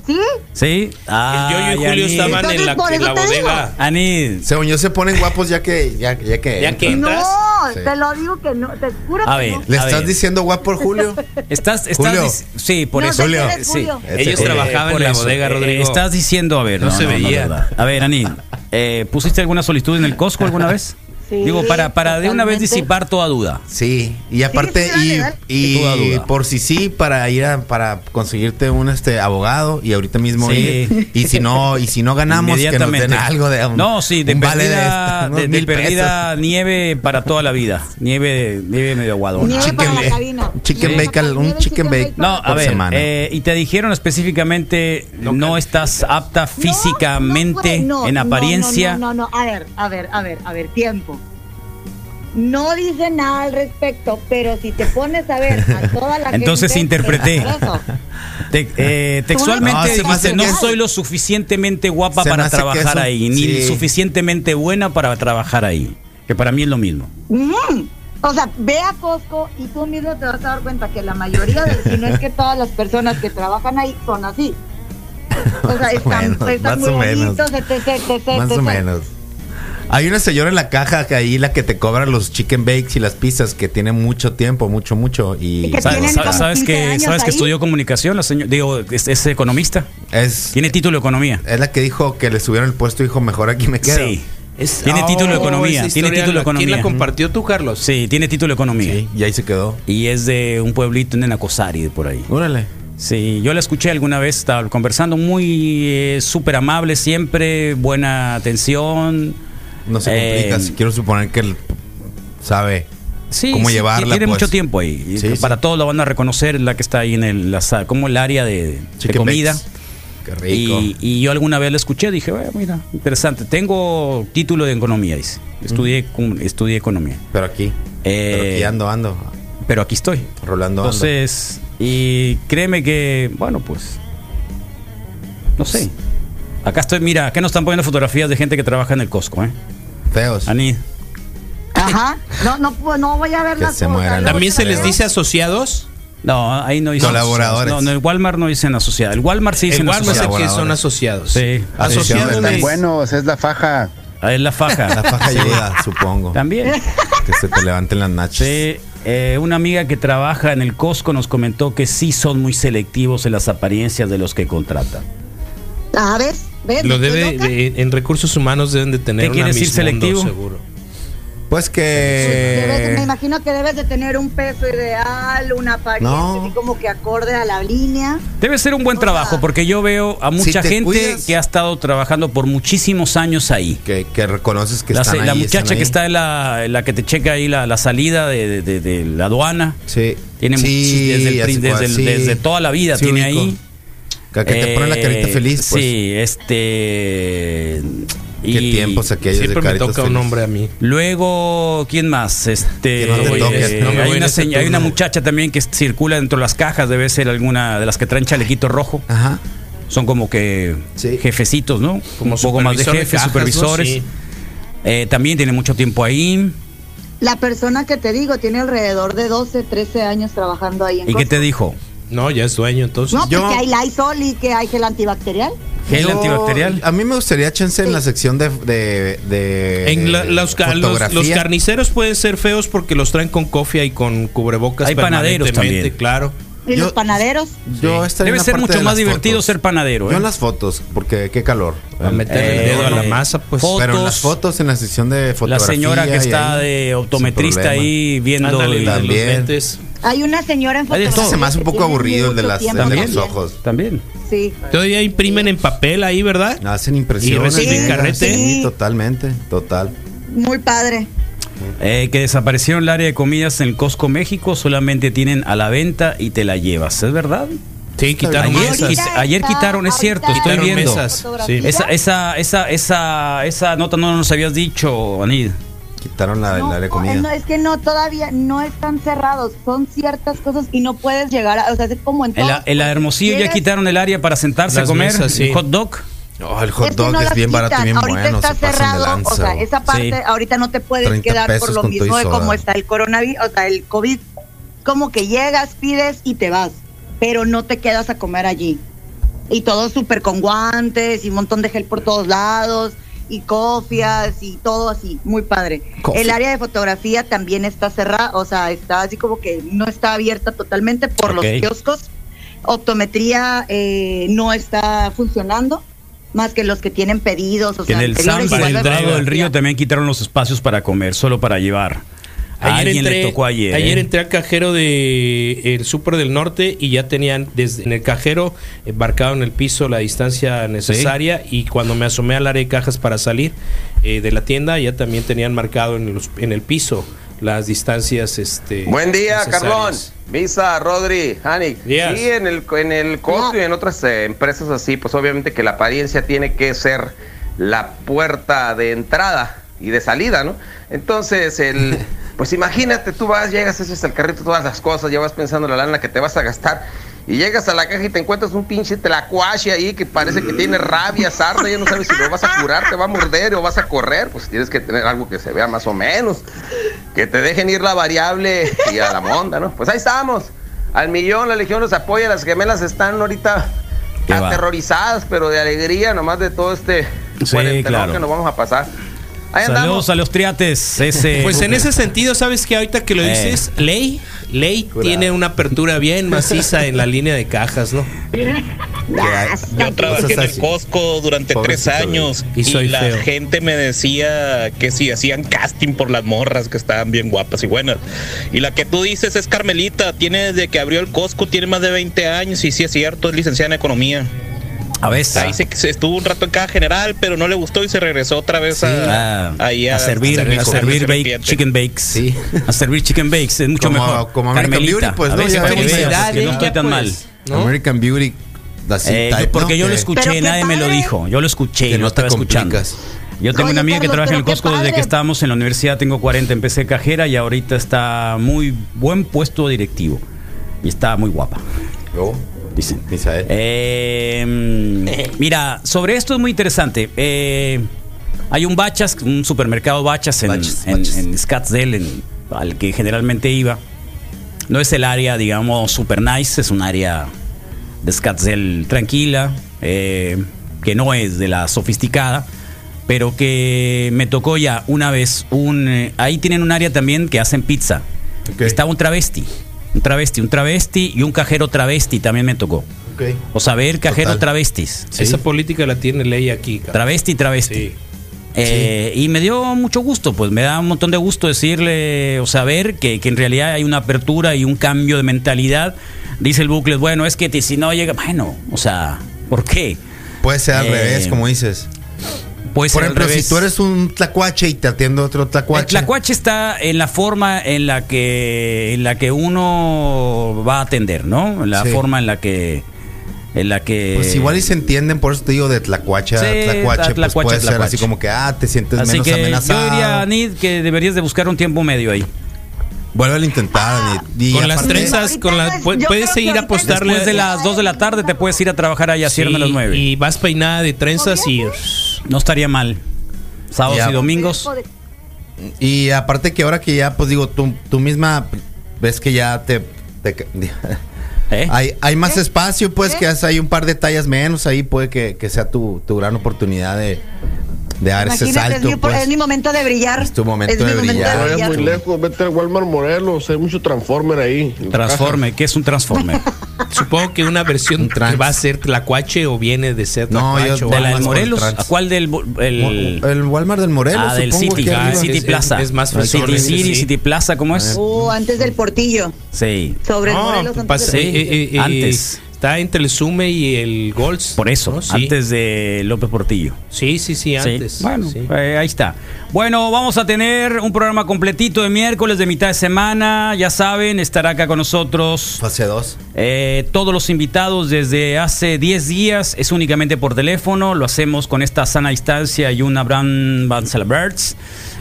[SPEAKER 11] ¿Sí?
[SPEAKER 10] Sí. Ah,
[SPEAKER 6] Yoyo y Julio
[SPEAKER 10] Anid.
[SPEAKER 6] estaban en la, en la bodega.
[SPEAKER 10] Anid.
[SPEAKER 9] Según yo se ponen guapos ya que ya, ya que
[SPEAKER 6] Ya que
[SPEAKER 11] No,
[SPEAKER 6] entras.
[SPEAKER 9] Sí.
[SPEAKER 11] te lo digo que no, te juro
[SPEAKER 10] A
[SPEAKER 11] que
[SPEAKER 10] ver,
[SPEAKER 11] no.
[SPEAKER 9] ¿Le
[SPEAKER 10] a
[SPEAKER 9] estás
[SPEAKER 10] ver.
[SPEAKER 9] diciendo guapo por
[SPEAKER 11] (laughs)
[SPEAKER 9] Julio?
[SPEAKER 10] Estás, estás
[SPEAKER 9] Julio.
[SPEAKER 10] dic- sí, por
[SPEAKER 11] No,
[SPEAKER 10] eso.
[SPEAKER 11] Julio. sí,
[SPEAKER 10] Sí.
[SPEAKER 11] Julio.
[SPEAKER 6] Ellos trabajaban
[SPEAKER 10] por
[SPEAKER 6] en la
[SPEAKER 10] eso.
[SPEAKER 6] bodega,
[SPEAKER 10] Eh,
[SPEAKER 6] Rodrigo.
[SPEAKER 9] Oh.
[SPEAKER 10] Estás diciendo, a ver,
[SPEAKER 6] No se veía.
[SPEAKER 10] verdad. a ver, Ani, eh, ¿pusiste alguna solicitud en el Costco alguna vez?
[SPEAKER 11] Sí,
[SPEAKER 10] Digo, para, para de una vez
[SPEAKER 11] totalmente.
[SPEAKER 10] disipar toda duda.
[SPEAKER 9] Sí, y aparte,
[SPEAKER 11] sí, dale,
[SPEAKER 9] y-
[SPEAKER 11] dale.
[SPEAKER 9] y,
[SPEAKER 10] Toda duda.
[SPEAKER 9] por si sí, para ir a, para conseguirte un este abogado y ahorita mismo
[SPEAKER 10] Sí.
[SPEAKER 9] ir. Y si no, y si no ganamos, que nos den
[SPEAKER 10] Inmediatamente.
[SPEAKER 9] algo de un-
[SPEAKER 10] no, sí, de
[SPEAKER 9] un vale
[SPEAKER 10] perdida,
[SPEAKER 9] esto,
[SPEAKER 10] de-
[SPEAKER 9] unos
[SPEAKER 10] de
[SPEAKER 9] mil pesos.
[SPEAKER 10] perdida nieve para toda la vida. Nieve, nieve medio aguadón.
[SPEAKER 9] Un
[SPEAKER 11] Nieve
[SPEAKER 9] chicken,
[SPEAKER 11] para la
[SPEAKER 9] ba-
[SPEAKER 11] cabina.
[SPEAKER 9] chicken
[SPEAKER 11] Nieve
[SPEAKER 9] bacon,
[SPEAKER 11] para-
[SPEAKER 9] un
[SPEAKER 11] nieve,
[SPEAKER 9] chicken
[SPEAKER 11] chicken
[SPEAKER 9] bacon.
[SPEAKER 11] bacon.
[SPEAKER 10] No, a
[SPEAKER 9] por
[SPEAKER 10] ver,
[SPEAKER 9] semana.
[SPEAKER 10] eh, y te dijeron específicamente eh, no, estás apta físicamente,
[SPEAKER 11] No, no, güey,
[SPEAKER 10] en
[SPEAKER 11] no,
[SPEAKER 10] apariencia.
[SPEAKER 11] No, no, no, no, a ver, a ver, a ver, a ver, tiempo. No dice nada al respecto, pero si te pones a ver a
[SPEAKER 9] (laughs)
[SPEAKER 11] toda la
[SPEAKER 10] Entonces
[SPEAKER 11] gente,
[SPEAKER 10] interpreté.
[SPEAKER 11] es por eso.
[SPEAKER 10] Te- eh,
[SPEAKER 11] No,
[SPEAKER 10] textualmente
[SPEAKER 9] se me
[SPEAKER 10] dice,
[SPEAKER 9] hace
[SPEAKER 10] no
[SPEAKER 9] que-
[SPEAKER 10] soy lo suficientemente guapa
[SPEAKER 9] Se me
[SPEAKER 10] para
[SPEAKER 9] hace que
[SPEAKER 10] trabajar
[SPEAKER 9] eso-
[SPEAKER 10] ahí, ni
[SPEAKER 9] sí.
[SPEAKER 10] suficientemente buena para trabajar ahí. Que para mí es lo mismo.
[SPEAKER 11] Mm, O sea, ve a Costco y tú mismo te vas a dar cuenta que la mayoría, de, si no es que todas las personas que trabajan ahí son así. O sea, están,
[SPEAKER 9] menos, más
[SPEAKER 11] están muy
[SPEAKER 9] o menos.
[SPEAKER 11] bonitos, etc, etc,
[SPEAKER 9] Más o
[SPEAKER 11] etc.
[SPEAKER 9] menos. Hay una señora en la caja que ahí la que te cobra los chicken bakes y las pizzas que tiene mucho tiempo, mucho, mucho. Y,
[SPEAKER 11] Y que
[SPEAKER 10] Sa-
[SPEAKER 11] tienen
[SPEAKER 10] sa-
[SPEAKER 11] como
[SPEAKER 10] ¿Sabes
[SPEAKER 11] 15
[SPEAKER 10] que
[SPEAKER 11] años
[SPEAKER 10] sabes que
[SPEAKER 11] ahí.
[SPEAKER 10] estudió comunicación? La señora, digo, es, es economista.
[SPEAKER 9] es,
[SPEAKER 10] Tiene título de economía.
[SPEAKER 9] es la que dijo que le subieron el puesto y dijo, mejor aquí me quedo.
[SPEAKER 10] Sí.
[SPEAKER 6] Es-
[SPEAKER 10] Tiene título de
[SPEAKER 6] Oh,
[SPEAKER 10] economía,
[SPEAKER 6] esa
[SPEAKER 10] tiene
[SPEAKER 6] historia
[SPEAKER 10] título de
[SPEAKER 6] la- ¿Quién
[SPEAKER 10] economía.
[SPEAKER 6] la compartió tú, Carlos?
[SPEAKER 10] Sí, tiene título de economía.
[SPEAKER 9] Sí, y ahí se quedó.
[SPEAKER 10] Y es de un pueblito en Enacosari, de por ahí.
[SPEAKER 9] Órale.
[SPEAKER 10] Sí, yo la escuché alguna vez, estaba conversando, muy eh, súper amable siempre, buena atención.
[SPEAKER 9] No se
[SPEAKER 10] Eh,
[SPEAKER 9] complica. si quiero suponer que él sabe
[SPEAKER 10] Sí,
[SPEAKER 9] cómo
[SPEAKER 10] sí,
[SPEAKER 9] llevarla.
[SPEAKER 10] Tiene
[SPEAKER 9] pues.
[SPEAKER 10] mucho tiempo ahí. Y
[SPEAKER 9] Sí,
[SPEAKER 10] que
[SPEAKER 9] sí.
[SPEAKER 10] para todos la van a reconocer, la que está ahí en el, la sa- como el área de, de
[SPEAKER 9] Chicken
[SPEAKER 10] comida.
[SPEAKER 9] bakes. Qué rico.
[SPEAKER 10] Y, y yo alguna vez la escuché, dije, "Bueno, mira, interesante. Tengo título de economía, dice. Estudié, cum- estudié economía.
[SPEAKER 9] Pero aquí.
[SPEAKER 10] Eh,
[SPEAKER 9] pero aquí ando, ando.
[SPEAKER 10] Pero aquí estoy.
[SPEAKER 9] Rolando ando.
[SPEAKER 10] Entonces, y créeme que, bueno, pues, no sé. Acá estoy, mira, acá nos están poniendo fotografías de gente que trabaja en el Costco, ¿eh?
[SPEAKER 9] Feos.
[SPEAKER 10] Ani,
[SPEAKER 11] Ajá. No, no, pues, no voy a ver
[SPEAKER 9] Que
[SPEAKER 11] las
[SPEAKER 9] se mueran.
[SPEAKER 11] cosas.
[SPEAKER 6] También se les
[SPEAKER 11] Luego
[SPEAKER 6] dice asociados.
[SPEAKER 10] no, ahí no dicen
[SPEAKER 9] Colaboradores.
[SPEAKER 10] No, no, el Walmart no dicen asociado. El Walmart sí dicen
[SPEAKER 6] El Walmart es el
[SPEAKER 10] asociado.
[SPEAKER 6] que
[SPEAKER 9] asociados.
[SPEAKER 6] son asociados.
[SPEAKER 10] Sí.
[SPEAKER 6] Asociados.
[SPEAKER 9] Asociados.
[SPEAKER 6] me-
[SPEAKER 20] Buenos, es la faja.
[SPEAKER 10] Ahí es Ah, la faja.
[SPEAKER 9] (laughs) La faja ayuda, supongo.
[SPEAKER 10] También.
[SPEAKER 9] Que se te levanten las nachas.
[SPEAKER 10] Sí, eh, una amiga que trabaja en el Costco nos comentó que sí son muy selectivos en las apariencias de los que contratan.
[SPEAKER 11] te- Ah, ¿ves? ¿Ves?
[SPEAKER 6] Lo
[SPEAKER 11] ¿Estoy
[SPEAKER 6] debe,
[SPEAKER 11] loca?
[SPEAKER 6] de- en recursos humanos deben de tener
[SPEAKER 10] ¿Qué
[SPEAKER 6] una
[SPEAKER 10] quiere decir
[SPEAKER 6] Miss Mundo,
[SPEAKER 10] selectivo?
[SPEAKER 6] seguro.
[SPEAKER 9] Pues
[SPEAKER 11] Debes de- me
[SPEAKER 9] que.
[SPEAKER 11] imagino que debes de tener un peso ideal, una apariencia
[SPEAKER 9] No.
[SPEAKER 11] así como que acorde a la línea.
[SPEAKER 10] Debe ser un buen trabajo porque yo veo a mucha
[SPEAKER 9] te
[SPEAKER 10] gente
[SPEAKER 9] cuidas-
[SPEAKER 10] que ha estado trabajando por muchísimos años ahí.
[SPEAKER 9] Que, que reconoces que
[SPEAKER 10] la,
[SPEAKER 9] están
[SPEAKER 10] se- la
[SPEAKER 9] ahí,
[SPEAKER 10] muchacha
[SPEAKER 9] están
[SPEAKER 10] que
[SPEAKER 9] ahí.
[SPEAKER 10] está en la, en la que te checa ahí la, la salida de, de- de- de la aduana.
[SPEAKER 9] Sí.
[SPEAKER 10] Tiene
[SPEAKER 9] Sí,
[SPEAKER 10] muchis- desde, el
[SPEAKER 9] ya
[SPEAKER 10] prin-
[SPEAKER 9] sé cuál,
[SPEAKER 10] desde el-
[SPEAKER 9] sí.
[SPEAKER 10] desde toda la vida
[SPEAKER 9] Sí,
[SPEAKER 10] tiene
[SPEAKER 9] ubico.
[SPEAKER 10] ahí.
[SPEAKER 9] Que, que te pone la carita
[SPEAKER 10] Eh,
[SPEAKER 9] feliz. Pues.
[SPEAKER 10] Sí, este.
[SPEAKER 9] Qué tiempos aquellos de
[SPEAKER 6] Siempre me
[SPEAKER 9] caritas
[SPEAKER 6] toca un
[SPEAKER 9] felices.
[SPEAKER 6] hombre a mí.
[SPEAKER 10] Luego, ¿quién más? Este,
[SPEAKER 9] Que no te
[SPEAKER 10] oye,
[SPEAKER 9] toques,
[SPEAKER 10] eh,
[SPEAKER 9] no me
[SPEAKER 6] voy
[SPEAKER 10] hay,
[SPEAKER 6] en
[SPEAKER 10] una
[SPEAKER 6] ese
[SPEAKER 10] seña- hay una
[SPEAKER 6] turno.
[SPEAKER 10] muchacha también que circula dentro de las cajas, debe ser alguna de las que traen chalequito rojo.
[SPEAKER 9] Ajá.
[SPEAKER 10] Son como que
[SPEAKER 9] Sí.
[SPEAKER 10] jefecitos, ¿no?
[SPEAKER 6] Como
[SPEAKER 10] Un poco más de
[SPEAKER 6] supervisor de
[SPEAKER 10] jefes,
[SPEAKER 6] cajas, ¿no?
[SPEAKER 10] supervisores.
[SPEAKER 6] Sí.
[SPEAKER 10] Eh, también tiene mucho tiempo ahí.
[SPEAKER 11] La persona que te digo tiene alrededor de 12, 13 años trabajando ahí en
[SPEAKER 10] ¿Y qué te
[SPEAKER 11] Costco.
[SPEAKER 10] dijo?
[SPEAKER 6] No, ya es dueño, entonces.
[SPEAKER 11] No,
[SPEAKER 9] Yo-
[SPEAKER 11] porque hay Lysol y que hay gel antibacterial.
[SPEAKER 10] ¿Gel
[SPEAKER 9] Yo-
[SPEAKER 10] antibacterial?
[SPEAKER 9] A mí me gustaría chance en la sección de. de, de-
[SPEAKER 6] En la- los, ca- los- los
[SPEAKER 9] Eh, fotografía.
[SPEAKER 6] carniceros pueden ser feos porque los traen con cofia y con cubrebocas.
[SPEAKER 10] Hay panaderos
[SPEAKER 6] permanentemente,
[SPEAKER 10] también.
[SPEAKER 6] claro.
[SPEAKER 11] Y
[SPEAKER 9] Yo-
[SPEAKER 11] los panaderos.
[SPEAKER 9] Yo
[SPEAKER 6] Sí.
[SPEAKER 9] estaría en
[SPEAKER 10] Debe
[SPEAKER 9] la
[SPEAKER 10] ser
[SPEAKER 9] parte
[SPEAKER 10] mucho
[SPEAKER 9] de
[SPEAKER 10] más
[SPEAKER 9] las
[SPEAKER 10] divertido ser panadero,
[SPEAKER 9] Yo
[SPEAKER 10] ¿eh?
[SPEAKER 9] en las fotos, porque qué calor.
[SPEAKER 6] A meter el
[SPEAKER 10] Eh,
[SPEAKER 6] dedo a la
[SPEAKER 10] eh,
[SPEAKER 6] masa, pues.
[SPEAKER 10] fotos.
[SPEAKER 9] Pero en las fotos, en la sección de
[SPEAKER 10] La
[SPEAKER 9] fotografía.
[SPEAKER 10] señora que
[SPEAKER 9] y
[SPEAKER 10] está
[SPEAKER 9] ahí,
[SPEAKER 10] de
[SPEAKER 9] sin
[SPEAKER 10] optometrista
[SPEAKER 9] problema.
[SPEAKER 10] ahí viendo.
[SPEAKER 6] Ándale,
[SPEAKER 10] el-
[SPEAKER 6] los
[SPEAKER 9] también.
[SPEAKER 6] lentes.
[SPEAKER 11] Hay una señora en
[SPEAKER 9] Ay, de esto
[SPEAKER 11] fotografía
[SPEAKER 9] Este se me hace un
[SPEAKER 11] que
[SPEAKER 9] poco
[SPEAKER 11] tiene
[SPEAKER 9] aburrido el de,
[SPEAKER 11] mucho
[SPEAKER 9] las, el
[SPEAKER 11] tiempo
[SPEAKER 9] de los
[SPEAKER 11] también.
[SPEAKER 9] ojos.
[SPEAKER 10] También.
[SPEAKER 11] Sí.
[SPEAKER 6] Todavía imprimen en papel ahí, ¿verdad?
[SPEAKER 9] Hacen impresiones.
[SPEAKER 6] reciben
[SPEAKER 9] sí,
[SPEAKER 6] carrete.
[SPEAKER 9] Sí, totalmente, total.
[SPEAKER 11] Muy padre.
[SPEAKER 10] Eh, que desaparecieron el área de comidas en el Costco México, solamente tienen a la venta y te la llevas, ¿es verdad?
[SPEAKER 6] Sí, quitaron
[SPEAKER 10] Ayer
[SPEAKER 6] mesas.
[SPEAKER 10] quita- ayer quitaron, es cierto, estoy
[SPEAKER 6] Quitaron
[SPEAKER 10] viendo.
[SPEAKER 6] mesas. Sí.
[SPEAKER 11] ¿Ya?
[SPEAKER 10] Esa, esa, esa, esa, esa nota no nos habías dicho, Anid.
[SPEAKER 9] Quitaron la,
[SPEAKER 11] No,
[SPEAKER 9] la de comida.
[SPEAKER 11] no, es que no, todavía no están cerrados. Son ciertas cosas y no puedes llegar a. O sea, es como en
[SPEAKER 10] En
[SPEAKER 11] todo.
[SPEAKER 10] la, en la Hermosillo ya
[SPEAKER 11] Llegas-
[SPEAKER 10] quitaron el área para sentarse
[SPEAKER 6] Las
[SPEAKER 10] a comer
[SPEAKER 6] mesas, sí.
[SPEAKER 10] hot dog.
[SPEAKER 9] Oh, el
[SPEAKER 11] Es que no las quitan. Ahorita está cerrado, o sea, esa parte ahorita no te puedes
[SPEAKER 9] 30
[SPEAKER 11] quedar por
[SPEAKER 9] pesos
[SPEAKER 11] lo
[SPEAKER 9] con todo y
[SPEAKER 11] mismo de
[SPEAKER 9] soda.
[SPEAKER 11] cómo está el coronavirus, o sea, el COVID. Como que llegas, pides y te vas, pero no te quedas a comer allí. Y todo súper con guantes y un montón de gel por todos lados y cofias y todo así, muy padre.
[SPEAKER 9] Cofia.
[SPEAKER 11] El área de fotografía también está cerrada, o sea, está así como que no está abierta totalmente por
[SPEAKER 10] Ok.
[SPEAKER 11] los kioscos. Optometría eh, no está funcionando más que los que tienen pedidos. O
[SPEAKER 10] Que
[SPEAKER 11] sea,
[SPEAKER 10] en el
[SPEAKER 11] anteriores,
[SPEAKER 10] Samba, el
[SPEAKER 11] igual de-
[SPEAKER 10] Dorado del Río también quitaron los espacios para comer, solo para llevar. A
[SPEAKER 6] Ayer
[SPEAKER 10] alguien
[SPEAKER 6] entré,
[SPEAKER 10] le tocó ayer. ¿eh?
[SPEAKER 6] entré al cajero de el Super del Norte y ya tenían desde en el cajero eh, marcado en el piso la distancia necesaria y cuando me asomé al área de cajas para salir eh, de la tienda ya también tenían marcado en, los- en el piso las distancias este
[SPEAKER 2] Buen día,
[SPEAKER 6] necesarias.
[SPEAKER 2] Carlón. Visa, Rodri, Hanik.
[SPEAKER 6] Días.
[SPEAKER 2] Sí, en el, en el costo y en otras eh, empresas así, pues obviamente que la apariencia tiene que ser la puerta de entrada y de salida, ¿no? Entonces, el, pues imagínate, tú vas, llegas, echas al carrito todas las cosas, ya vas pensando la lana que te vas a gastar. Y llegas a la caja y te encuentras un pinche tlacuache ahí que parece que tiene rabia, sarda, ya no sabes si lo vas a curar, te va a morder o vas a correr, pues tienes que tener algo que se vea más o menos que te dejen ir la variable y a la monda, ¿no? Pues ahí estamos. Al millón, la legión nos apoya, las gemelas están ahorita
[SPEAKER 10] Qué va.
[SPEAKER 2] aterrorizadas, pero de alegría nomás de todo este
[SPEAKER 10] Sí,
[SPEAKER 2] cuarentenón
[SPEAKER 10] claro.
[SPEAKER 2] que nos vamos a pasar. Ahí andamos.
[SPEAKER 10] Saludos a los triates. Ese
[SPEAKER 6] (laughs) Pues en
[SPEAKER 10] grupo.
[SPEAKER 6] ese sentido, sabes que ahorita que lo
[SPEAKER 10] Eh.
[SPEAKER 6] dices, Ley, Ley tiene una apertura bien maciza en la línea de cajas, ¿no?
[SPEAKER 21] Yo trabajé en el Costco durante
[SPEAKER 6] Pobrecito,
[SPEAKER 21] tres años
[SPEAKER 6] güey. Y
[SPEAKER 21] y,
[SPEAKER 6] soy
[SPEAKER 21] la
[SPEAKER 6] feo.
[SPEAKER 21] gente me decía que si hacían casting por las morras que estaban bien guapas y buenas. Y la que tú dices es Carmelita, tiene desde que abrió el Costco, tiene más de 20 años y sí es cierto, es licenciada en economía.
[SPEAKER 10] A veces.
[SPEAKER 21] Ahí se, se estuvo un rato en caja general, pero no le gustó y se regresó otra vez a,
[SPEAKER 10] Ah,
[SPEAKER 21] ahí
[SPEAKER 10] a, servir, a servir, bake- chicken bakes. A servir chicken bakes, es mucho
[SPEAKER 9] Como-
[SPEAKER 10] mejor.
[SPEAKER 9] como American Beauty, pues,
[SPEAKER 10] a
[SPEAKER 9] ¿no?
[SPEAKER 10] veces
[SPEAKER 9] Ya
[SPEAKER 10] para que
[SPEAKER 9] ves.
[SPEAKER 10] veas
[SPEAKER 9] Felicidades,
[SPEAKER 10] que no estoy
[SPEAKER 9] ya,
[SPEAKER 10] tan
[SPEAKER 9] pues,
[SPEAKER 10] mal.
[SPEAKER 9] ¿no? American Beauty. así
[SPEAKER 10] Eh,
[SPEAKER 9] type,
[SPEAKER 10] yo- porque
[SPEAKER 9] ¿no?
[SPEAKER 10] yo lo
[SPEAKER 9] Que-
[SPEAKER 10] escuché, nadie me lo dijo. Yo lo escuché, yo
[SPEAKER 9] no te
[SPEAKER 10] estaba escuchando.
[SPEAKER 9] complicas.
[SPEAKER 10] Yo tengo
[SPEAKER 9] Oye,
[SPEAKER 10] una amiga que
[SPEAKER 9] Carlos,
[SPEAKER 10] trabaja en el
[SPEAKER 9] pero qué
[SPEAKER 10] Costco desde
[SPEAKER 9] padre.
[SPEAKER 10] que estábamos en la universidad, tengo 40, empecé cajera y ahorita está muy buen puesto directivo. Y está muy guapa. Dicen. Eh, mm, mira, sobre esto es muy interesante. Eh, hay un Bachas, un supermercado Bachas en, en- en Scottsdale, en- al que generalmente iba. No es el área, digamos, super nice, es un área de Scottsdale tranquila, eh, que no es de la sofisticada, pero que me tocó ya una vez un... eh, ahí tienen un área también que hacen pizza. Estaba un travesti, un travesti, un travesti y un cajero travesti también me tocó. O sea, ver cajeros travestis.
[SPEAKER 6] Esa política la tiene Ley aquí. cabrón.
[SPEAKER 10] Travesti, travesti. Eh, Y me dio mucho gusto, pues me da un montón de gusto decirle, o saber que, que en realidad hay una apertura y un cambio de mentalidad. Dice el bucle, bueno, es que te- si no llega, bueno, o sea, ¿por qué?
[SPEAKER 9] Puede ser al
[SPEAKER 10] Eh,
[SPEAKER 9] revés, como dices.
[SPEAKER 10] Puede ser
[SPEAKER 9] Por
[SPEAKER 10] al
[SPEAKER 9] ejemplo,
[SPEAKER 10] revés.
[SPEAKER 9] si tú eres un tlacuache y te atiende otro
[SPEAKER 10] El
[SPEAKER 9] tlacuache.
[SPEAKER 10] tlacuache está en la forma en la que en la que uno va a atender, ¿no? La
[SPEAKER 9] Sí.
[SPEAKER 10] forma en la que en la que
[SPEAKER 9] Pues igual y se entienden, por eso te digo de tlacuache a
[SPEAKER 10] Sí,
[SPEAKER 9] tlacuache,
[SPEAKER 10] a
[SPEAKER 9] pues
[SPEAKER 10] tlacuache,
[SPEAKER 9] puede ser
[SPEAKER 10] tlacuache.
[SPEAKER 9] así como que, ah, te sientes
[SPEAKER 10] Así
[SPEAKER 9] menos
[SPEAKER 10] que
[SPEAKER 9] amenazado.
[SPEAKER 10] yo diría, Anid, que deberías de buscar un tiempo medio ahí.
[SPEAKER 9] Vuelve a intentar,
[SPEAKER 10] Ah,
[SPEAKER 9] Anid. Y
[SPEAKER 6] Con las
[SPEAKER 9] aparte-
[SPEAKER 6] trenzas, con las, pu- puedes seguir apostarle.
[SPEAKER 10] Después de las 2 de la tarde te puedes ir a trabajar allá,
[SPEAKER 6] Sí,
[SPEAKER 10] cierran a las 9.
[SPEAKER 6] Y vas peinada de trenzas y.
[SPEAKER 10] No estaría mal. Sábados
[SPEAKER 9] Ya.
[SPEAKER 10] y domingos.
[SPEAKER 9] Y aparte que ahora que ya, pues digo, tú, tú misma ves que ya te... te- (laughs)
[SPEAKER 10] ¿eh?
[SPEAKER 9] Hay, hay
[SPEAKER 11] ¿Eh?
[SPEAKER 9] más espacio, pues que haces ahí un par de tallas menos, ahí puede que, que sea tu, tu gran oportunidad de, de dar ese
[SPEAKER 11] Imagínate, es, mi,
[SPEAKER 9] salto. pues.
[SPEAKER 11] es mi momento de brillar.
[SPEAKER 9] Es tu momento
[SPEAKER 11] Es
[SPEAKER 9] de
[SPEAKER 11] mi momento
[SPEAKER 9] brillar.
[SPEAKER 11] de
[SPEAKER 9] No vayas
[SPEAKER 11] brillar.
[SPEAKER 9] muy
[SPEAKER 7] lejos, vete al Walmart Morelos, hay mucho Transformer ahí.
[SPEAKER 10] Transforme, ¿qué es un Transformer?
[SPEAKER 6] Supongo que una versión que va a ser tlacuache o viene de ser
[SPEAKER 9] No,
[SPEAKER 6] tlacuache.
[SPEAKER 9] yo-
[SPEAKER 6] o
[SPEAKER 9] de la
[SPEAKER 6] algo
[SPEAKER 9] del
[SPEAKER 6] así.
[SPEAKER 9] Morelos, Trans.
[SPEAKER 10] ¿A cuál del bo- el,
[SPEAKER 9] el Walmart del Morelos,
[SPEAKER 10] Ah, del
[SPEAKER 9] supongo
[SPEAKER 10] City,
[SPEAKER 9] que
[SPEAKER 10] ah,
[SPEAKER 9] arriba.
[SPEAKER 10] City
[SPEAKER 9] Es-
[SPEAKER 10] Plaza.
[SPEAKER 9] es más
[SPEAKER 10] City
[SPEAKER 9] fresón,
[SPEAKER 10] City,
[SPEAKER 9] sí.
[SPEAKER 10] City Plaza, ¿cómo es?
[SPEAKER 11] Uh, antes del portillo.
[SPEAKER 10] Sí.
[SPEAKER 11] Sobre el Morelos, antes
[SPEAKER 6] pues,
[SPEAKER 10] pasé,
[SPEAKER 11] del
[SPEAKER 10] eh, eh,
[SPEAKER 11] portillo.
[SPEAKER 10] eh, antes. Está entre el Sume y el Golds.
[SPEAKER 6] Por eso,
[SPEAKER 10] ¿no? Sí.
[SPEAKER 6] antes de López Portillo.
[SPEAKER 10] Sí, sí, sí, antes.
[SPEAKER 6] Bueno,
[SPEAKER 10] Sí.
[SPEAKER 6] eh, ahí está. Bueno, vamos a tener un programa completito de miércoles, de mitad de semana. Ya saben, estará acá con nosotros.
[SPEAKER 9] Fase 2.
[SPEAKER 6] Eh, todos los invitados desde hace 10 días es únicamente por teléfono. Lo hacemos con esta sana distancia y un Abraham Van Celeberts.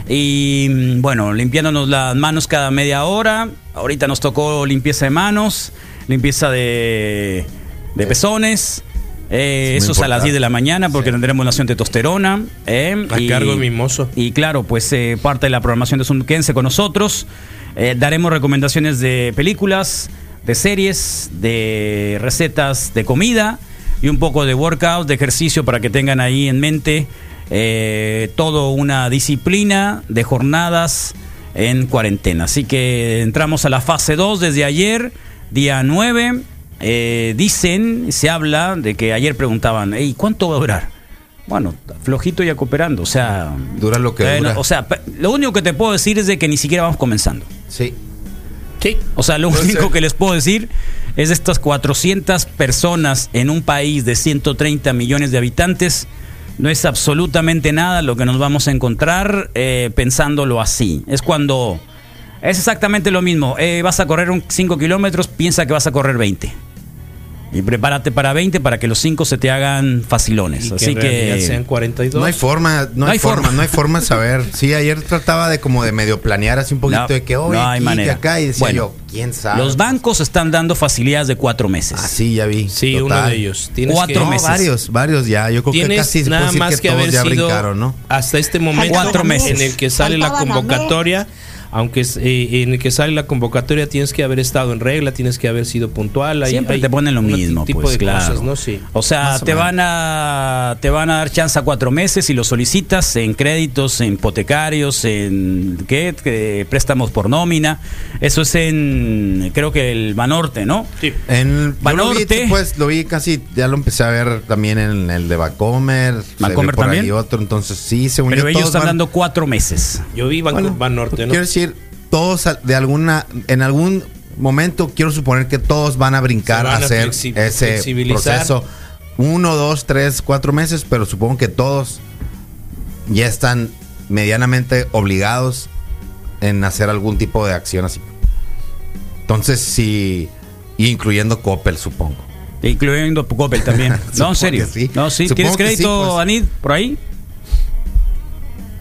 [SPEAKER 6] Y mm, bueno, limpiándonos las manos cada media hora. Ahorita nos tocó limpieza de manos, limpieza de, de pezones. Eh,
[SPEAKER 10] Es muy
[SPEAKER 6] eso es a las
[SPEAKER 10] importante.
[SPEAKER 6] 10 de la mañana porque tendremos nación testosterona. eh,
[SPEAKER 10] A cargo de Mimoso.
[SPEAKER 6] Y claro, pues eh, parte de la programación de Zoom, quédense con nosotros. Eh, daremos recomendaciones de películas, de series, de recetas de comida y un poco de workout, de ejercicio para que tengan ahí en mente eh, todo una disciplina de jornadas en cuarentena. Así que entramos a la fase 2 desde ayer, día 9. Eh, dicen, se habla de que ayer preguntaban, ¿y cuánto va a durar? Bueno, flojito y acoperando, o sea...
[SPEAKER 9] Dura lo que
[SPEAKER 6] eh, no,
[SPEAKER 9] dura.
[SPEAKER 6] o sea, pe- lo único que te puedo decir es de que ni siquiera vamos comenzando.
[SPEAKER 9] Sí.
[SPEAKER 6] Sí. O sea, lo único que les puedo decir es de estas 400 personas en un país de 130 millones de habitantes. No es absolutamente nada lo que nos vamos a encontrar eh, pensándolo así. Es cuando... Es exactamente lo mismo. Eh, vas a correr un 5 kilómetros, piensa que vas a correr 20. Y prepárate para 20 para que los 5 se te hagan facilones.
[SPEAKER 10] Y
[SPEAKER 6] Así
[SPEAKER 10] en realidad
[SPEAKER 6] que...
[SPEAKER 10] sean 42.
[SPEAKER 9] No hay forma, no, hay, forma, no hay forma de saber. Sí, ayer trataba de como de medio planear así un poquito
[SPEAKER 6] No,
[SPEAKER 9] de que hoy
[SPEAKER 6] no hay
[SPEAKER 9] aquí, que
[SPEAKER 6] manera.
[SPEAKER 9] acá y decía
[SPEAKER 6] Bueno,
[SPEAKER 9] yo, quién sabe.
[SPEAKER 6] Los bancos están dando facilidades de cuatro meses.
[SPEAKER 9] Así ya vi.
[SPEAKER 10] Sí, uno de ellos. Tienes
[SPEAKER 6] Cuatro
[SPEAKER 10] que-
[SPEAKER 9] No,
[SPEAKER 6] meses.
[SPEAKER 9] varios, varios ya. Yo creo que
[SPEAKER 10] Tienes
[SPEAKER 9] casi se puede
[SPEAKER 10] nada
[SPEAKER 9] decir
[SPEAKER 10] más que,
[SPEAKER 9] que, todos
[SPEAKER 10] haber
[SPEAKER 9] ya
[SPEAKER 10] sido
[SPEAKER 9] brincaron, ¿no?
[SPEAKER 10] hasta este momento
[SPEAKER 6] Cuatro
[SPEAKER 10] en
[SPEAKER 6] meses.
[SPEAKER 10] el que sale la
[SPEAKER 11] Faltaban a mí.
[SPEAKER 10] convocatoria, aunque es- eh, en el que sale la convocatoria tienes que haber estado en regla, tienes que haber sido puntual. hay-
[SPEAKER 6] Siempre
[SPEAKER 10] hay
[SPEAKER 6] te ponen lo
[SPEAKER 10] un
[SPEAKER 6] mismo,
[SPEAKER 10] tipo
[SPEAKER 6] pues,
[SPEAKER 10] de
[SPEAKER 6] claro.
[SPEAKER 10] cosas, ¿no? Sí.
[SPEAKER 6] O sea, te van a te van a dar chance a cuatro meses si lo solicitas en créditos, en hipotecarios, en qué Que préstamos por nómina. Eso es en creo que el Banorte, ¿no?
[SPEAKER 10] Sí.
[SPEAKER 9] En yo lo vi,
[SPEAKER 6] Banorte.
[SPEAKER 9] pues lo vi casi, ya lo empecé a ver también en el de Bacomer. se ve
[SPEAKER 6] Bancomer
[SPEAKER 9] por ahí
[SPEAKER 6] también.
[SPEAKER 9] otro, entonces sí, según
[SPEAKER 6] Pero
[SPEAKER 9] yo,
[SPEAKER 6] ellos
[SPEAKER 9] todos
[SPEAKER 6] están
[SPEAKER 9] van-
[SPEAKER 6] dando cuatro meses.
[SPEAKER 10] Yo vi Banco
[SPEAKER 9] Bueno,
[SPEAKER 10] Banorte, ¿no?
[SPEAKER 9] Quiero decir, todos al- de alguna, en algún momento quiero suponer que todos van a brincar
[SPEAKER 10] Se van
[SPEAKER 9] a
[SPEAKER 10] a
[SPEAKER 9] hacer
[SPEAKER 10] flexi-
[SPEAKER 9] ese
[SPEAKER 10] flexibilizar.
[SPEAKER 9] proceso. Uno, dos, tres, cuatro meses, pero supongo que todos ya están medianamente obligados en hacer algún tipo de acción así. Entonces, sí, incluyendo Coppel, supongo.
[SPEAKER 6] Incluyendo Coppel también. no,
[SPEAKER 9] Supongo
[SPEAKER 6] en serio.
[SPEAKER 9] que sí.
[SPEAKER 6] No, sí.
[SPEAKER 9] Supongo
[SPEAKER 6] ¿Tienes
[SPEAKER 9] que sí,
[SPEAKER 6] crédito,
[SPEAKER 9] pues.
[SPEAKER 6] Anid, por ahí?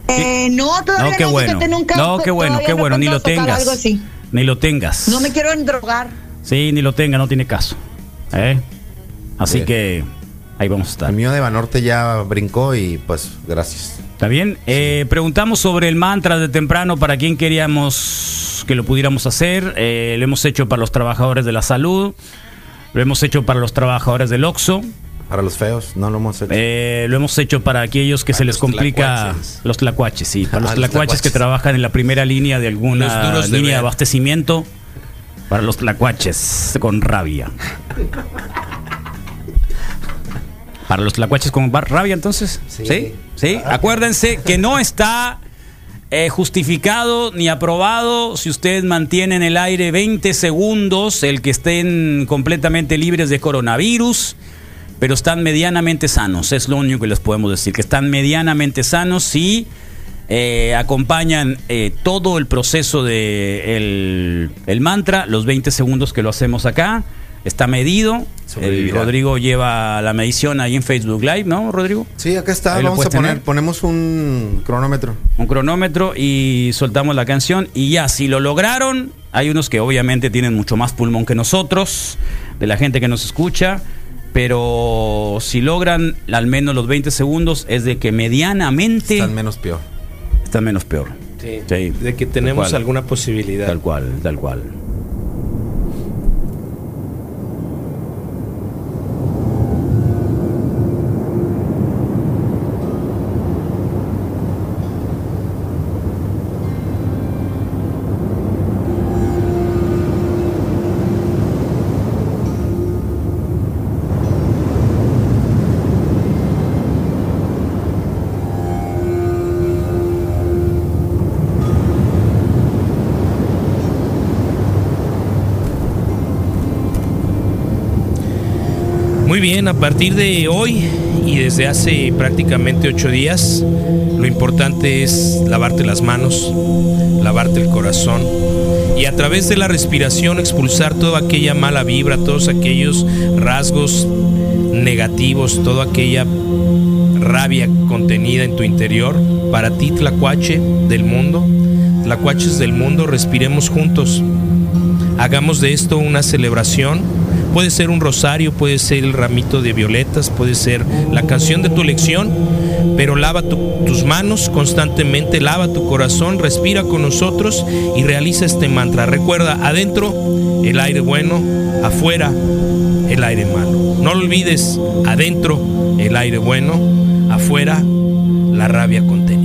[SPEAKER 11] Eh, no, todavía
[SPEAKER 6] No, qué
[SPEAKER 11] no,
[SPEAKER 6] bueno.
[SPEAKER 11] fíjate, nunca,
[SPEAKER 6] No, qué bueno,
[SPEAKER 11] todavía
[SPEAKER 6] qué
[SPEAKER 11] no
[SPEAKER 6] bueno. Ni lo
[SPEAKER 11] alcanzo a tocar
[SPEAKER 6] tengas.
[SPEAKER 11] algo así.
[SPEAKER 6] Ni lo tengas.
[SPEAKER 11] No me quiero endrogar.
[SPEAKER 6] Sí, ni lo tenga, no tiene caso. ¿Eh? Así que ahí vamos a estar.
[SPEAKER 9] El mío de Banorte ya brincó y pues gracias.
[SPEAKER 6] ¿Está bien? Eh, preguntamos sobre el mantra de temprano, para quién queríamos que lo pudiéramos hacer. Eh, lo hemos hecho para los trabajadores de la salud, lo hemos hecho para los trabajadores del OXO,
[SPEAKER 9] Para los feos, no lo hemos hecho.
[SPEAKER 6] eh, lo hemos hecho para aquellos que se les complica
[SPEAKER 10] tlacuaches.
[SPEAKER 6] los tlacuaches, sí, para los
[SPEAKER 9] Ah, los
[SPEAKER 6] tlacuaches, que
[SPEAKER 9] tlacuaches.
[SPEAKER 6] trabajan en la primera línea de
[SPEAKER 10] Los
[SPEAKER 6] alguna
[SPEAKER 10] duros de
[SPEAKER 6] línea de
[SPEAKER 10] ver.
[SPEAKER 6] abastecimiento, para los tlacuaches con rabia. Para los tlacuaches con bar- rabia, entonces. Sí. Sí. Acuérdense que no está eh, justificado ni aprobado si ustedes mantienen el aire 20 segundos, el que estén completamente libres de coronavirus, pero están medianamente sanos. Es lo único que les podemos decir, que están medianamente sanos si eh, acompañan eh, todo el proceso de el, el mantra, los 20 segundos que lo hacemos acá. Está medido. El
[SPEAKER 9] Sobrevivirá.
[SPEAKER 6] Rodrigo lleva la medición ahí en Facebook Live, ¿no, Rodrigo?
[SPEAKER 9] Sí, acá está.
[SPEAKER 6] Ahí lo
[SPEAKER 9] Vamos a
[SPEAKER 6] puedes
[SPEAKER 9] poner,
[SPEAKER 6] tener.
[SPEAKER 9] ponemos un cronómetro.
[SPEAKER 6] un cronómetro y soltamos la canción y ya, si lo lograron, hay unos que obviamente tienen mucho más pulmón que nosotros, de la gente que nos escucha, pero si logran al menos los 20 segundos es de que medianamente
[SPEAKER 9] Están
[SPEAKER 6] están,
[SPEAKER 9] menos peor.
[SPEAKER 6] menos peor.
[SPEAKER 10] Sí.
[SPEAKER 6] Sí,
[SPEAKER 10] De que tenemos
[SPEAKER 6] Tal cual.
[SPEAKER 10] alguna posibilidad.
[SPEAKER 6] Tal cual, tal cual. bien, a partir de hoy y desde hace prácticamente ocho días, lo importante es lavarte las manos, lavarte el corazón y a través de la respiración expulsar toda aquella mala vibra, todos aquellos rasgos negativos, toda aquella rabia contenida en tu interior. Para ti, Tlacuache del mundo, Tlacuaches del mundo, respiremos juntos. Hagamos de esto una celebración. Puede ser un rosario, puede ser el ramito de violetas, puede ser la canción de tu elección, pero lava tu- tus manos constantemente, lava tu corazón, respira con nosotros y realiza este mantra. Recuerda, adentro el aire bueno, afuera el aire malo. No lo olvides, adentro el aire bueno, afuera la rabia contenida.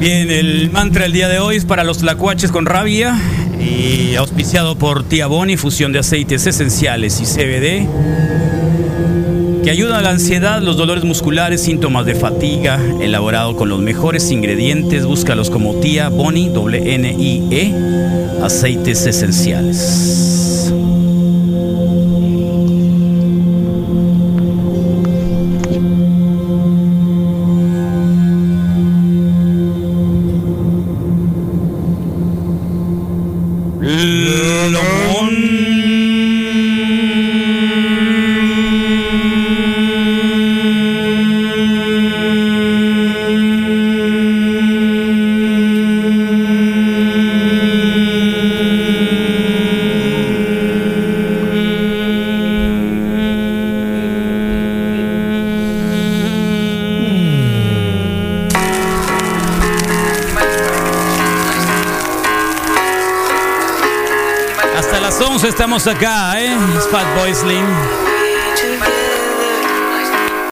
[SPEAKER 22] Bien, el mantra del día de hoy es para los tlacuaches con rabia y auspiciado por Tía Boni, fusión de aceites esenciales y CBD, que ayuda a la ansiedad, los dolores musculares, síntomas de fatiga, elaborado con los mejores ingredientes, búscalos como Tía Boni, doble N I E, aceites esenciales. Hasta las 11 estamos acá, ¿eh? Fat Boy Slim.